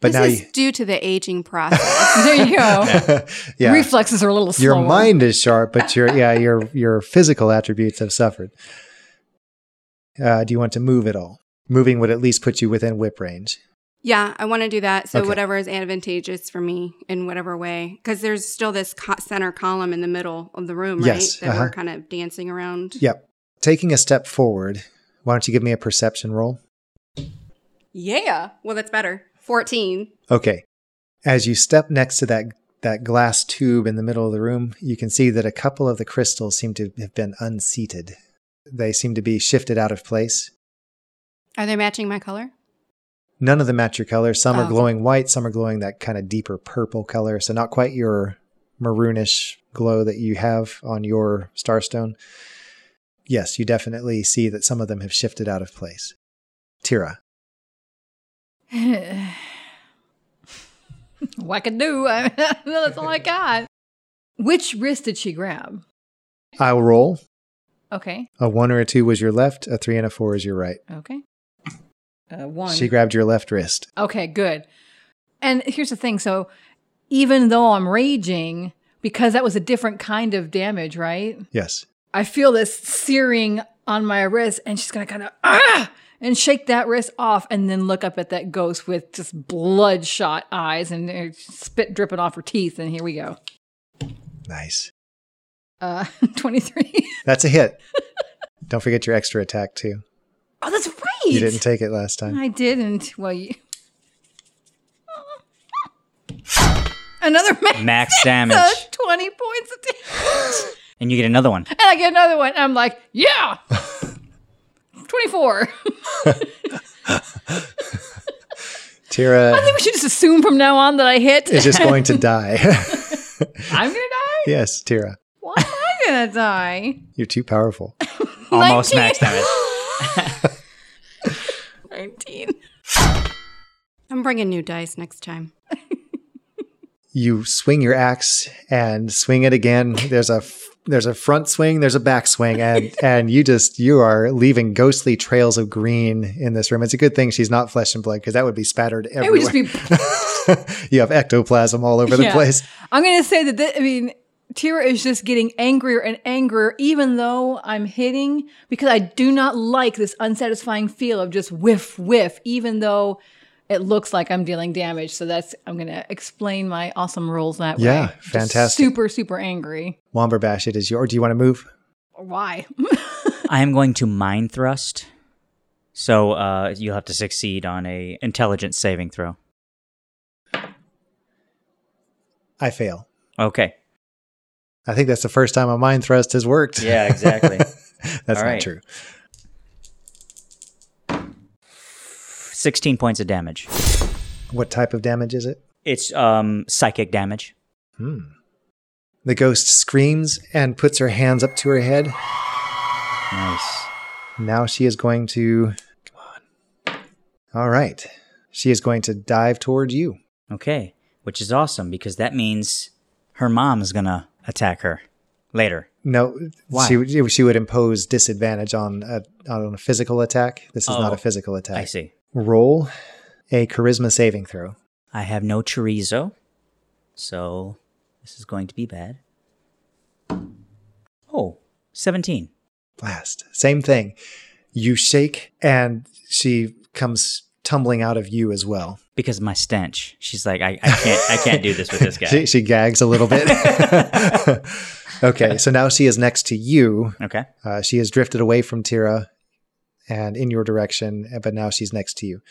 Speaker 4: But
Speaker 5: this
Speaker 4: now
Speaker 5: is
Speaker 4: you.
Speaker 5: due to the aging process.
Speaker 1: There you go.
Speaker 4: yeah.
Speaker 1: Reflexes are a little
Speaker 4: your
Speaker 1: slower.
Speaker 4: mind is sharp, but your yeah, your your physical attributes have suffered. Uh, do you want to move at all? Moving would at least put you within whip range.
Speaker 5: Yeah, I want to do that. So
Speaker 4: Okay.
Speaker 5: whatever is advantageous for me in whatever way, because there's still this co- center column in the middle of the room, right?
Speaker 4: Yes,
Speaker 5: That
Speaker 4: uh-huh.
Speaker 5: we're kind of dancing around.
Speaker 4: Yep. Taking a step forward, why don't you give me a perception roll?
Speaker 5: Yeah. Well, that's better. Fourteen.
Speaker 4: Okay. As you step next to that that glass tube in the middle of the room, you can see that a couple of the crystals seem to have been unseated. They seem to be shifted out of place.
Speaker 5: Are they matching my color?
Speaker 4: None of them match your color. Some are
Speaker 5: Oh.
Speaker 4: glowing white, some are glowing that kind of deeper purple color, so not quite your maroonish glow that you have on your starstone. Yes, you definitely see that some of them have shifted out of place. Tira.
Speaker 1: Wackadoo. I That's all I got. Which wrist did she grab?
Speaker 4: I'll roll.
Speaker 1: Okay.
Speaker 4: A one or a two was your left, a three and a four is your right.
Speaker 1: Okay. Uh, one.
Speaker 4: She grabbed your left wrist.
Speaker 1: Okay, good. And here's the thing. So even though I'm raging, because that was a different kind of damage, right?
Speaker 4: Yes.
Speaker 1: I feel this searing on my wrist, and she's gonna kind of ah and shake that wrist off, and then look up at that ghost with just bloodshot eyes and uh, spit dripping off her teeth. And here we go.
Speaker 4: Nice.
Speaker 1: Uh, 23.
Speaker 4: That's a hit. Don't forget your extra attack too.
Speaker 1: oh, that's right.
Speaker 4: You didn't take it last time.
Speaker 1: I didn't. Well, you. Another max,
Speaker 6: Max
Speaker 1: damage.
Speaker 6: damage.
Speaker 1: 20 points of damage.
Speaker 6: and you get another one.
Speaker 1: and I get another one. I'm like, yeah. 24.
Speaker 4: Tira
Speaker 1: I think we should just assume from now on that I hit.
Speaker 4: is just going to die.
Speaker 1: I'm gonna die.
Speaker 4: yes, Tira.
Speaker 1: Why am I gonna die?
Speaker 4: You're too powerful.
Speaker 6: Almost
Speaker 1: 19.
Speaker 6: max damage.
Speaker 1: Nineteen.
Speaker 5: I'm bringing new dice next time.
Speaker 4: You swing your axe and swing it again. There's a f- there's a front swing, there's a back swing, and and you just you are leaving ghostly trails of green in this room. It's a good thing she's not flesh and blood because that would be spattered everywhere.
Speaker 1: It would just be.
Speaker 4: you have ectoplasm all over the
Speaker 1: Yeah.
Speaker 4: place.
Speaker 1: I'm gonna say that. thi- I mean, Tira is just getting angrier and angrier, even though I'm hitting, because I do not like this unsatisfying feel of just whiff whiff, even though. It looks like I'm dealing damage, so that's I'm gonna explain my awesome rules that way.
Speaker 4: Yeah,
Speaker 1: Just
Speaker 4: fantastic.
Speaker 1: Super, super angry.
Speaker 4: Womberbash, it is your. Do you want to move?
Speaker 1: Why?
Speaker 6: I am going to mind thrust. So uh, you'll have to succeed on a intelligence saving throw.
Speaker 4: I fail.
Speaker 6: Okay.
Speaker 4: I think that's the first time a mind thrust has worked.
Speaker 6: Yeah, exactly.
Speaker 4: that's
Speaker 6: All
Speaker 4: not
Speaker 6: right.
Speaker 4: true.
Speaker 6: 16 points of damage.
Speaker 4: What type of damage is it?
Speaker 6: It's um, psychic damage.
Speaker 4: Hmm. The ghost screams and puts her hands up to her head.
Speaker 6: Nice.
Speaker 4: Now she is going to. Come on. All right. She is going to dive toward you.
Speaker 6: Okay, which is awesome because that means her mom is gonna attack her later.
Speaker 4: No,
Speaker 6: Why?
Speaker 4: she would- she would impose disadvantage on a on a physical attack. This is not
Speaker 6: Oh,
Speaker 4: a physical attack.
Speaker 6: I see.
Speaker 4: Roll a charisma saving throw.
Speaker 6: I have no chorizo, so this is going to be bad. Oh, 17.
Speaker 4: Blast. Same thing. You shake and she comes tumbling out of you as well.
Speaker 6: Because of my stench. She's like, I, I can't I can't do this with this
Speaker 4: She,
Speaker 6: guy.
Speaker 4: she gags a little bit. okay, so now she is next to you.
Speaker 6: Okay.
Speaker 4: Uh, she has drifted away from Tira and in your direction, but now she's next to you.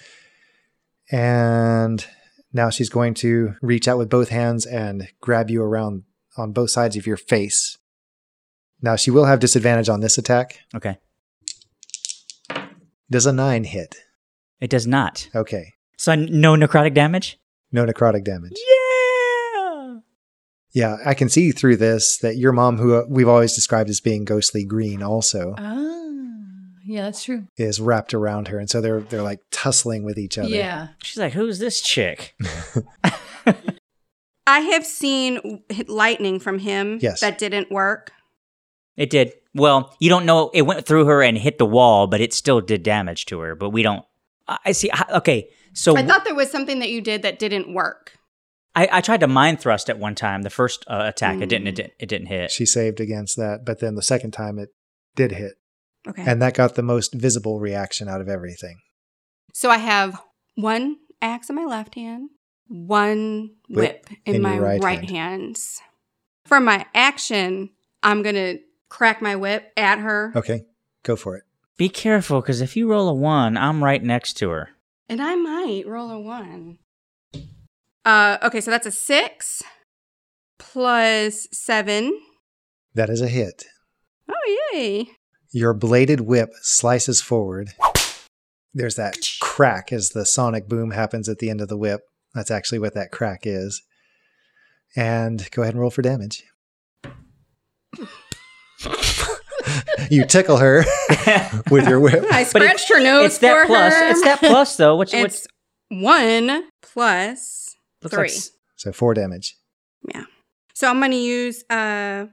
Speaker 4: And now she's going to reach out with both hands and grab you around on both sides of your face. Now she will have disadvantage on this attack.
Speaker 6: Okay.
Speaker 4: Does a nine hit?
Speaker 6: It does not.
Speaker 4: Okay.
Speaker 6: So I- no necrotic damage?
Speaker 4: No necrotic damage.
Speaker 6: Yeah.
Speaker 4: Yeah, I can see through this that your mom, who uh, we've always described as being ghostly green, also
Speaker 1: Ah, yeah, that's true.
Speaker 4: is wrapped around her, and so they're they're like tussling with each other.
Speaker 1: Yeah.
Speaker 6: She's like, who's this chick?
Speaker 5: I have seen h- lightning from him
Speaker 4: Yes.
Speaker 5: that didn't work.
Speaker 6: It did. Well, you don't know. It went through her and hit the wall, but it still did damage to her. But we don't. I I see. I- Okay, so
Speaker 5: I thought there was something that you did that didn't work.
Speaker 6: I, I tried to mind thrust at one time. The first uh, attack, it didn't. It
Speaker 5: Mm.
Speaker 6: didn't. It didn't hit.
Speaker 4: she saved against that, but then the second time it did hit,
Speaker 5: Okay.
Speaker 4: and that got the most visible reaction out of everything.
Speaker 5: so I have one axe in my left hand, one
Speaker 4: Whip
Speaker 5: whip, in,
Speaker 4: in
Speaker 5: my
Speaker 4: your right
Speaker 5: right,
Speaker 4: hand.
Speaker 5: hands. For my action, I'm going to crack my whip at her.
Speaker 4: Okay, go for it.
Speaker 6: Be careful, because if you roll a one, I'm right next to her.
Speaker 5: And I might roll a one. Uh, okay, so that's a six plus seven.
Speaker 4: That is a hit.
Speaker 5: Oh, yay.
Speaker 4: Your bladed whip slices forward. There's that crack as the sonic boom happens at the end of the whip. That's actually what that crack is. And go ahead and roll for damage. you tickle her with your whip.
Speaker 5: I
Speaker 6: But
Speaker 5: scratched her nose
Speaker 6: it's that
Speaker 5: Oh, for
Speaker 6: plus.
Speaker 5: her.
Speaker 6: It's that plus though. Which which
Speaker 5: It's one plus
Speaker 6: looks
Speaker 5: three.
Speaker 6: like s-
Speaker 4: So four damage.
Speaker 5: So I'm going to use, uh,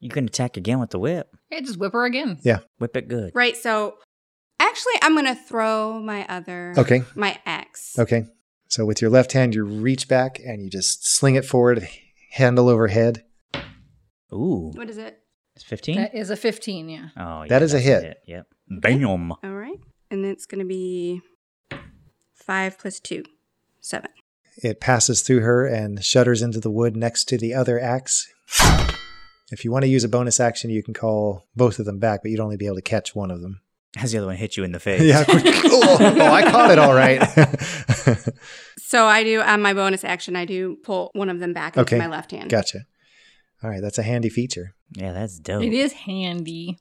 Speaker 6: you can attack again with the whip.
Speaker 1: Hey, just whip her again.
Speaker 6: Whip it good.
Speaker 5: right, so actually, I'm going to throw my other,
Speaker 4: Okay.
Speaker 5: my axe.
Speaker 4: Okay. So with your left hand, you reach back and you just sling it forward, handle over head.
Speaker 6: Ooh,
Speaker 5: What is it?
Speaker 6: it's fifteen.
Speaker 1: That is a 15, yeah.
Speaker 6: oh, yeah,
Speaker 4: that is a
Speaker 6: that's
Speaker 4: hit.
Speaker 6: Yep. Bam.
Speaker 5: All right. And it's going to be five plus two, seven.
Speaker 4: It passes through her and shudders into the wood next to the other axe. If you want to use a bonus action, you can call both of them back, but you'd only be able to catch one of them.
Speaker 6: Has the other one hit you in the face?
Speaker 4: yeah. quick. oh, oh, I caught it all right.
Speaker 5: So I do on my bonus action. I do pull one of them back into
Speaker 4: Okay.
Speaker 5: my left hand.
Speaker 4: gotcha. All right. That's a handy feature.
Speaker 6: Yeah, that's
Speaker 4: Oh.
Speaker 6: dope.
Speaker 1: It is handy.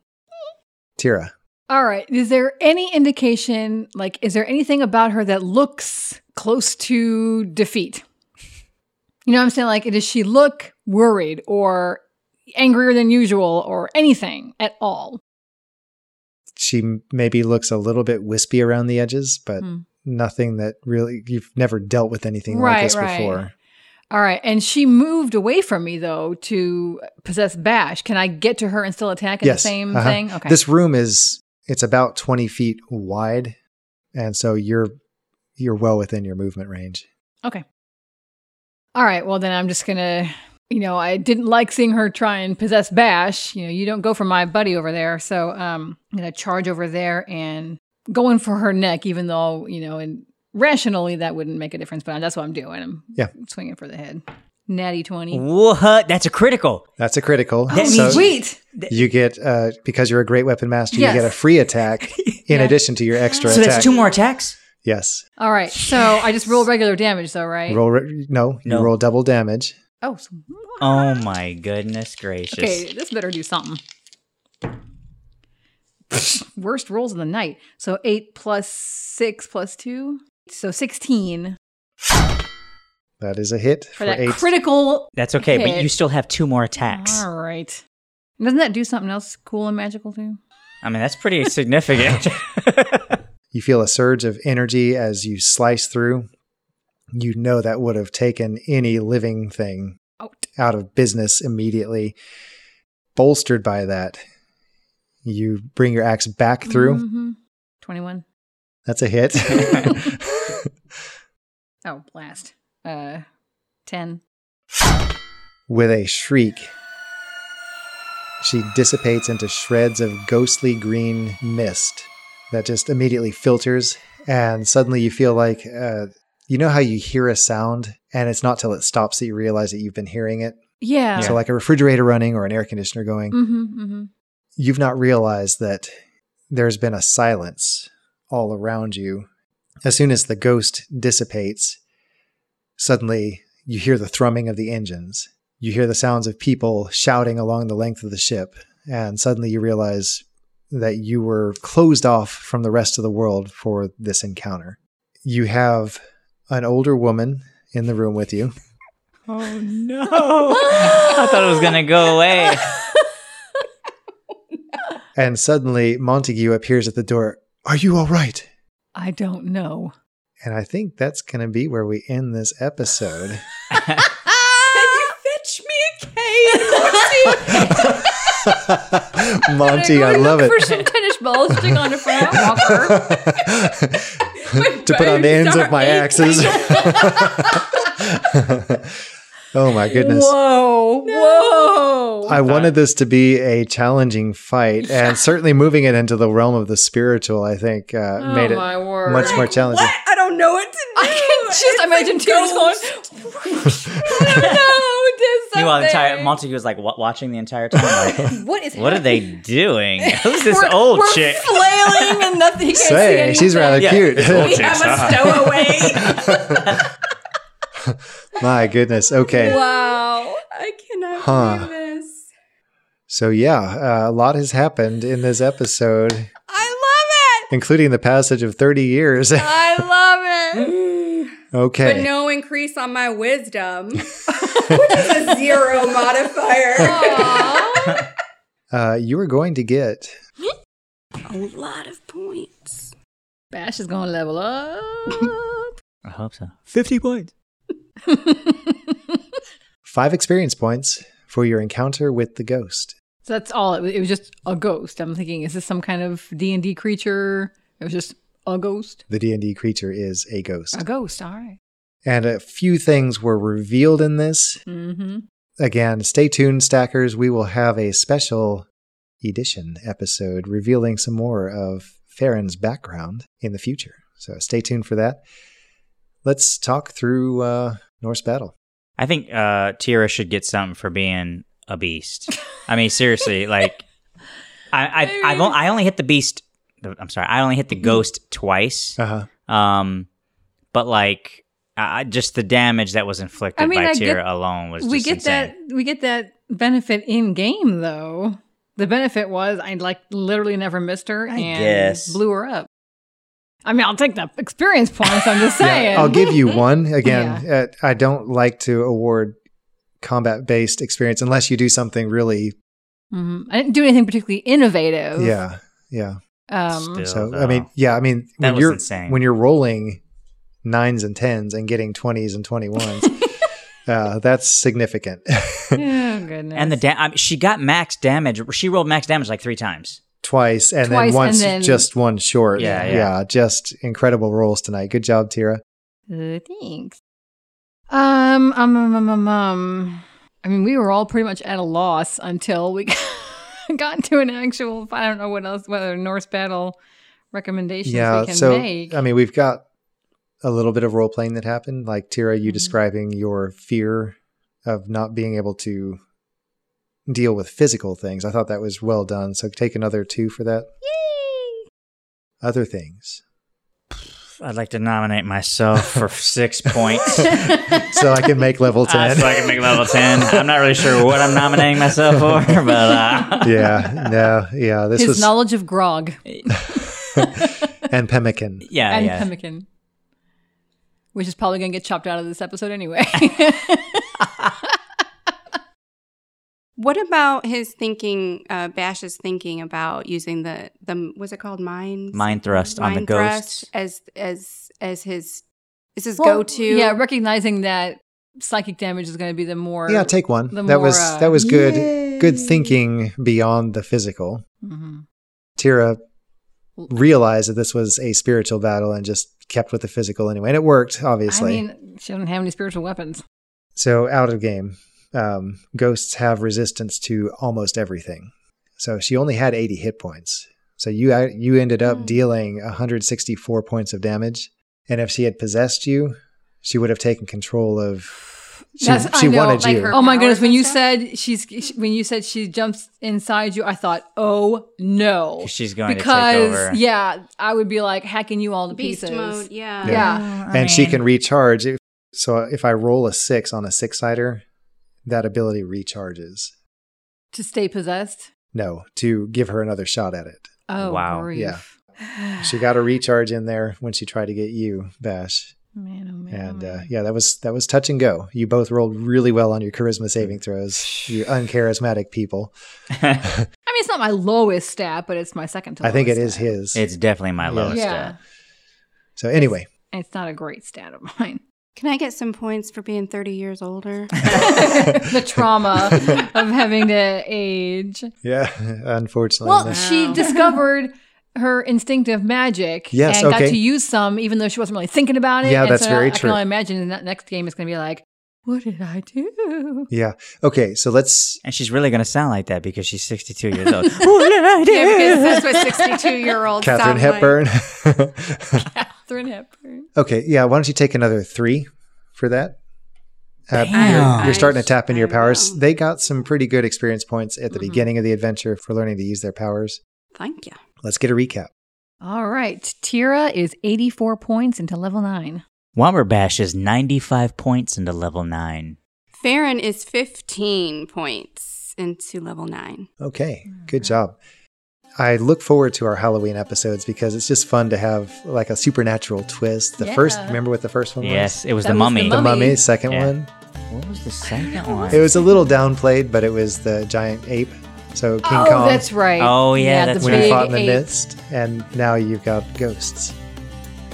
Speaker 4: Tira.
Speaker 1: All right. Is there any indication, like, is there anything about her that looks close to defeat? You know what I'm saying? Like, does she look worried or angrier than usual or anything at all?
Speaker 4: She m- maybe looks a little bit wispy around the edges, but
Speaker 1: Hmm.
Speaker 4: nothing that really, you've never dealt with anything like
Speaker 1: Right,
Speaker 4: this
Speaker 1: right.
Speaker 4: before.
Speaker 1: All right. And she moved away from me, though, to possess Bash. Can I get to her and still attack in
Speaker 4: Yes,
Speaker 1: the same
Speaker 4: uh-huh.
Speaker 1: thing? Okay.
Speaker 4: This room is it's about twenty feet wide, and so you're you're well within your movement range.
Speaker 1: All right. Well, then I'm just going to, you know, I didn't like seeing her try and possess Bash. You know, you don't go for my buddy over there. So um, I'm going to charge over there and go in for her neck, even though, you know, and rationally that wouldn't make a difference. But that's what I'm doing. I'm
Speaker 4: Yeah.
Speaker 1: swinging for the head. Natty 20.
Speaker 6: What? That's a critical.
Speaker 4: That's a critical.
Speaker 1: Oh,
Speaker 6: so-
Speaker 1: sweet.
Speaker 4: you get uh, because you're a great weapon master,
Speaker 1: Yes.
Speaker 4: you get a free attack in
Speaker 1: Yeah.
Speaker 4: addition to your extra
Speaker 6: So
Speaker 4: attack.
Speaker 6: that's two more attacks.
Speaker 4: yes,
Speaker 1: All right. So I just roll regular damage, though, right?
Speaker 4: roll re- no,
Speaker 6: No.
Speaker 4: you roll double damage.
Speaker 1: Oh, so-
Speaker 6: Oh my goodness gracious!
Speaker 1: Okay, this better do something. Worst rolls of the night. So eight plus six plus two. So 16
Speaker 4: That is a hit
Speaker 1: for,
Speaker 4: for,
Speaker 1: that
Speaker 4: eight.
Speaker 1: critical.
Speaker 6: That's okay, but
Speaker 1: hit.
Speaker 6: you still have two more attacks.
Speaker 1: All right. Doesn't that do something else cool and magical too?
Speaker 6: I mean, that's pretty significant.
Speaker 4: you feel a surge of energy as you slice through. You know that would have taken any living thing
Speaker 1: Out.
Speaker 4: out of business immediately. Bolstered by that, you bring your axe back through.
Speaker 1: Mhm. 21.
Speaker 4: That's a hit.
Speaker 1: Oh, blast. Uh, 10.
Speaker 4: With a shriek, she dissipates into shreds of ghostly green mist that just immediately filters. And suddenly you feel like, uh, you know how you hear a sound and it's not till it stops that you realize that you've been hearing it?
Speaker 1: Yeah.
Speaker 4: So, like a refrigerator running or an air conditioner going,
Speaker 1: mm-hmm, mm-hmm.
Speaker 4: you've not realized that there's been a silence all around you. As soon as the ghost dissipates, suddenly you hear the thrumming of the engines. You hear the sounds of people shouting along the length of the ship. And suddenly you realize that you were closed off from the rest of the world for this encounter. You have an older woman in the room with you.
Speaker 6: oh no! I thought it was gonna go away.
Speaker 4: And suddenly Montague appears at the door. Are you all right?
Speaker 1: I don't know.
Speaker 4: And I think that's going to be where we end this episode. Monty, I love it.
Speaker 1: For some tennis balls sticking on a front walker.
Speaker 4: to put on the ends of my axes. oh my goodness.
Speaker 1: Whoa. Whoa.
Speaker 4: I wanted this to be a challenging fight, and certainly moving it into the realm of the spiritual, I think, uh,
Speaker 1: oh,
Speaker 4: made it
Speaker 1: my word.
Speaker 4: much more challenging.
Speaker 8: I don't know what to do.
Speaker 1: I can just imagine tears going. no,
Speaker 6: Meanwhile, the entire Montague was like wa- watching the entire time. Like,
Speaker 1: What is
Speaker 6: what are they doing? Who's this
Speaker 1: We're-
Speaker 6: old
Speaker 1: we're
Speaker 6: chick?
Speaker 1: flailing and nothing. he can't see
Speaker 4: Say,
Speaker 1: anything.
Speaker 4: she's rather
Speaker 6: Yeah.
Speaker 4: cute.
Speaker 8: We have a stowaway.
Speaker 4: my goodness. Okay.
Speaker 1: Wow.
Speaker 8: I cannot
Speaker 4: Huh.
Speaker 8: believe this.
Speaker 4: So, yeah, uh, a lot has happened in this episode,
Speaker 8: I love it.
Speaker 4: including the passage of 30 years.
Speaker 5: Uh,
Speaker 8: I love it.
Speaker 4: okay.
Speaker 8: But no increase on my wisdom, which is a zero modifier.
Speaker 4: Uh, you are going to get
Speaker 8: a lot of points.
Speaker 1: Bash is gonna level up.
Speaker 6: I hope so.
Speaker 4: five experience points for your encounter with the ghost.
Speaker 1: so that's all. It was, it was just a ghost. I'm thinking, is this some kind of D and D creature? It was just a ghost.
Speaker 4: The D&D creature is a ghost.
Speaker 1: A ghost. All right.
Speaker 4: And a few things were revealed in this.
Speaker 1: Mm-hmm.
Speaker 4: Again, stay tuned, stackers. We will have a special edition episode revealing some more of Farron's background in the future. So stay tuned for that. Let's talk through uh, Norse Battle.
Speaker 6: I think uh, Tira should get something for being a beast. I mean, seriously, like I, I, I, have I only hit the beast. I'm sorry, I only hit
Speaker 1: Mm-hmm.
Speaker 6: the ghost twice.
Speaker 4: Uh-huh.
Speaker 6: Um, but like, I, I- just the damage that was inflicted
Speaker 1: I mean,
Speaker 6: by
Speaker 1: I
Speaker 6: Tira
Speaker 1: get-
Speaker 6: alone was
Speaker 1: we
Speaker 6: just
Speaker 1: get
Speaker 6: insane.
Speaker 1: that. We get that benefit in game though. The benefit was I like literally never missed her
Speaker 6: I
Speaker 1: and
Speaker 6: guess.
Speaker 1: blew her up. I mean, I'll take the experience points. I'm just saying.
Speaker 4: I'll give you one. Again, uh, I don't like to award combat based experience unless you do something really.
Speaker 1: hmm I didn't do anything particularly innovative.
Speaker 4: Yeah. Yeah.
Speaker 1: Um,
Speaker 6: Still,
Speaker 4: So I
Speaker 6: though.
Speaker 4: mean, yeah, I mean,
Speaker 6: Oh, That
Speaker 4: when
Speaker 6: was
Speaker 4: you're
Speaker 6: insane.
Speaker 4: when you're rolling nines and tens and getting twenties and twenty ones, uh, that's significant.
Speaker 6: Hmm.
Speaker 1: oh, goodness.
Speaker 6: and the da- I mean, she got max damage. She rolled max damage like three times.
Speaker 4: Twice and
Speaker 1: Twice
Speaker 4: then
Speaker 1: and
Speaker 4: once,
Speaker 1: then-
Speaker 4: just one short.
Speaker 6: Yeah, yeah.
Speaker 4: just incredible rolls tonight. Good job, Tira.
Speaker 1: Uh, thanks. Um, um, um, um, um, um. I mean, we were all pretty much at a loss until we got to an actual. I don't know what else, whether Norse battle recommendations we
Speaker 4: yeah,
Speaker 1: can
Speaker 4: so
Speaker 1: make.
Speaker 4: I mean, we've got a little bit of role playing that happened, like Tira, you
Speaker 1: Mhm.
Speaker 4: describing your fear of not being able to deal with physical things. I thought that was well done. So take another two for that. Yay! Other things.
Speaker 6: I'd like to nominate myself for six points.
Speaker 4: so I can make level
Speaker 6: Uh,
Speaker 4: 10.
Speaker 6: so I can make level 10. I'm not really sure what I'm nominating myself for, but uh,
Speaker 4: yeah, no, yeah. This
Speaker 1: His
Speaker 4: was
Speaker 1: knowledge of grog
Speaker 4: and pemmican.
Speaker 6: yeah,
Speaker 1: and
Speaker 6: yeah.
Speaker 1: pemmican. which is probably going to get chopped out of this episode anyway.
Speaker 5: What about his thinking, uh, Bash's thinking about using the the was it called mind
Speaker 6: Mind thrust on the
Speaker 5: Mind
Speaker 6: ghosts.
Speaker 5: thrust as as as his is his
Speaker 1: Well,
Speaker 5: go to
Speaker 1: Yeah, recognizing that psychic damage is going to be the more.
Speaker 4: yeah, take one.
Speaker 1: the
Speaker 4: That was
Speaker 1: more, uh,
Speaker 4: that was good. Good
Speaker 1: yay.
Speaker 4: thinking beyond the physical.
Speaker 1: Mhm.
Speaker 4: Tira realized that this was a spiritual battle and just kept with the physical anyway, and it worked
Speaker 1: I
Speaker 4: obviously.
Speaker 1: mean, she doesn't have any spiritual weapons.
Speaker 4: so out of game, um, ghosts have resistance to almost everything. So she only had 80 hit points. So you you ended up
Speaker 5: Hmm.
Speaker 4: dealing 164 points of damage, and if she had possessed you, she would have taken control of. She,
Speaker 1: That's- I
Speaker 4: she
Speaker 1: know,
Speaker 4: wanted
Speaker 5: like
Speaker 4: you.
Speaker 5: her-
Speaker 1: Oh my goodness!
Speaker 5: powers
Speaker 1: When
Speaker 5: and
Speaker 1: you
Speaker 5: stuff?
Speaker 1: said she's when you said she jumps inside you, I thought, oh no,
Speaker 6: She's going to take
Speaker 1: because
Speaker 6: over.
Speaker 1: yeah, I would be like hacking you all to
Speaker 5: beast
Speaker 1: pieces.
Speaker 5: mode? Yeah.
Speaker 1: Yeah.
Speaker 4: and she can recharge. If- So if I roll a six on a six sider, that ability recharges.
Speaker 1: to stay possessed.
Speaker 4: No, to give her another shot at it.
Speaker 1: Oh
Speaker 6: Wow.
Speaker 1: grief.
Speaker 4: Yeah. She got a recharge in there when she tried to get you, Bash.
Speaker 1: Man, oh man. oh,
Speaker 4: And uh,
Speaker 1: man.
Speaker 4: yeah, that was that was touch and go. You both rolled really well on your
Speaker 5: Mm.
Speaker 4: charisma saving throws. You uncharismatic people.
Speaker 1: I mean, it's not my lowest stat, but it's my second to.
Speaker 4: I think it
Speaker 1: lowest
Speaker 4: is
Speaker 1: stat.
Speaker 4: his.
Speaker 6: it's definitely my
Speaker 4: Yeah.
Speaker 6: lowest uh,
Speaker 1: Yeah.
Speaker 6: stat.
Speaker 4: so anyway,
Speaker 1: And It's not a great stat of mine.
Speaker 5: Can I get some points for being thirty years older?
Speaker 1: the trauma of having to age.
Speaker 4: yeah, unfortunately.
Speaker 1: Well,
Speaker 4: no.
Speaker 5: uh,
Speaker 1: she discovered her instinctive magic
Speaker 4: Yes,
Speaker 1: and
Speaker 4: okay.
Speaker 1: got to use some, even though she wasn't really thinking about it.
Speaker 4: Yeah,
Speaker 1: and
Speaker 4: that's
Speaker 1: so
Speaker 4: very
Speaker 1: I, I can
Speaker 4: true.
Speaker 1: only imagine in that next game it's going to be like, what did I do?
Speaker 4: yeah. Okay, so let's
Speaker 6: And she's really going to sound like that because she's 62 years old. what did I do?
Speaker 5: yeah, because that's what sixty-two year olds.
Speaker 4: Catherine Hepburn.
Speaker 1: Catherine Hepburn.
Speaker 4: okay, yeah, why don't you take another 3 for that? Uh,
Speaker 6: Damn.
Speaker 4: You're starting to tap into your
Speaker 5: I
Speaker 4: powers.
Speaker 5: know. Mm-hmm.
Speaker 4: They got some pretty good experience points at the
Speaker 1: Mhm.
Speaker 4: beginning of the adventure for learning to use their powers.
Speaker 5: Thank you.
Speaker 4: Let's get a recap.
Speaker 1: All right. Tira is 84 points into level nine.
Speaker 6: Womberbash is 95 points into level 9.
Speaker 5: Farron is fifteen points into level nine.
Speaker 4: Okay, good
Speaker 1: Mm-hmm.
Speaker 4: job. I look forward to our Halloween episodes because it's just fun to have like a supernatural twist. The first,
Speaker 1: Yeah.
Speaker 4: remember what the first one
Speaker 6: Yes, it was
Speaker 1: That was the
Speaker 6: the mummy.
Speaker 4: was? The
Speaker 1: Mummy.
Speaker 4: mummy, second
Speaker 6: Yeah.
Speaker 4: one.
Speaker 6: What was the second one?
Speaker 4: It was a little downplayed, but it was the giant ape. So King
Speaker 1: oh,
Speaker 4: Kong
Speaker 1: that's right.
Speaker 6: Oh, yeah, that's
Speaker 1: the
Speaker 4: when
Speaker 6: right.
Speaker 4: he
Speaker 1: big
Speaker 4: fought in the
Speaker 1: ape.
Speaker 4: mist, and now you've got ghosts.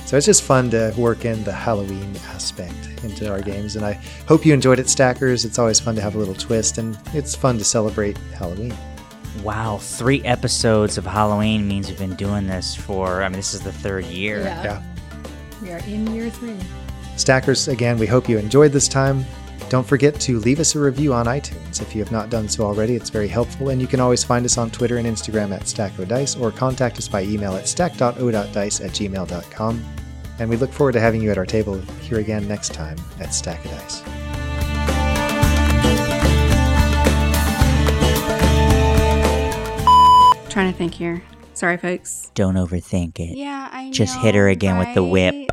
Speaker 4: So it's just fun to work in the Halloween aspect into our games, and I hope you enjoyed it, Stackers. It's always fun to have a little twist, and it's fun to celebrate Halloween.
Speaker 6: wow, three episodes of Halloween means we've been doing this for, I mean, this is the third year.
Speaker 1: Yeah.
Speaker 4: Yeah.
Speaker 1: We are in year three.
Speaker 4: Stackers, again, we hope you enjoyed this time. Don't forget to leave us a review on iTunes if you have not done so already. It's very helpful, and you can always find us on Twitter and Instagram at StackOdice or contact us by email at stack.o.dice at gmail.com. And we look forward to having you at our table here again next time at Stack of Dice.
Speaker 5: Trying to think here. Sorry, folks.
Speaker 6: Don't overthink it.
Speaker 5: Yeah, I.
Speaker 6: Just hit her
Speaker 5: know,
Speaker 6: again with the whip.
Speaker 5: right?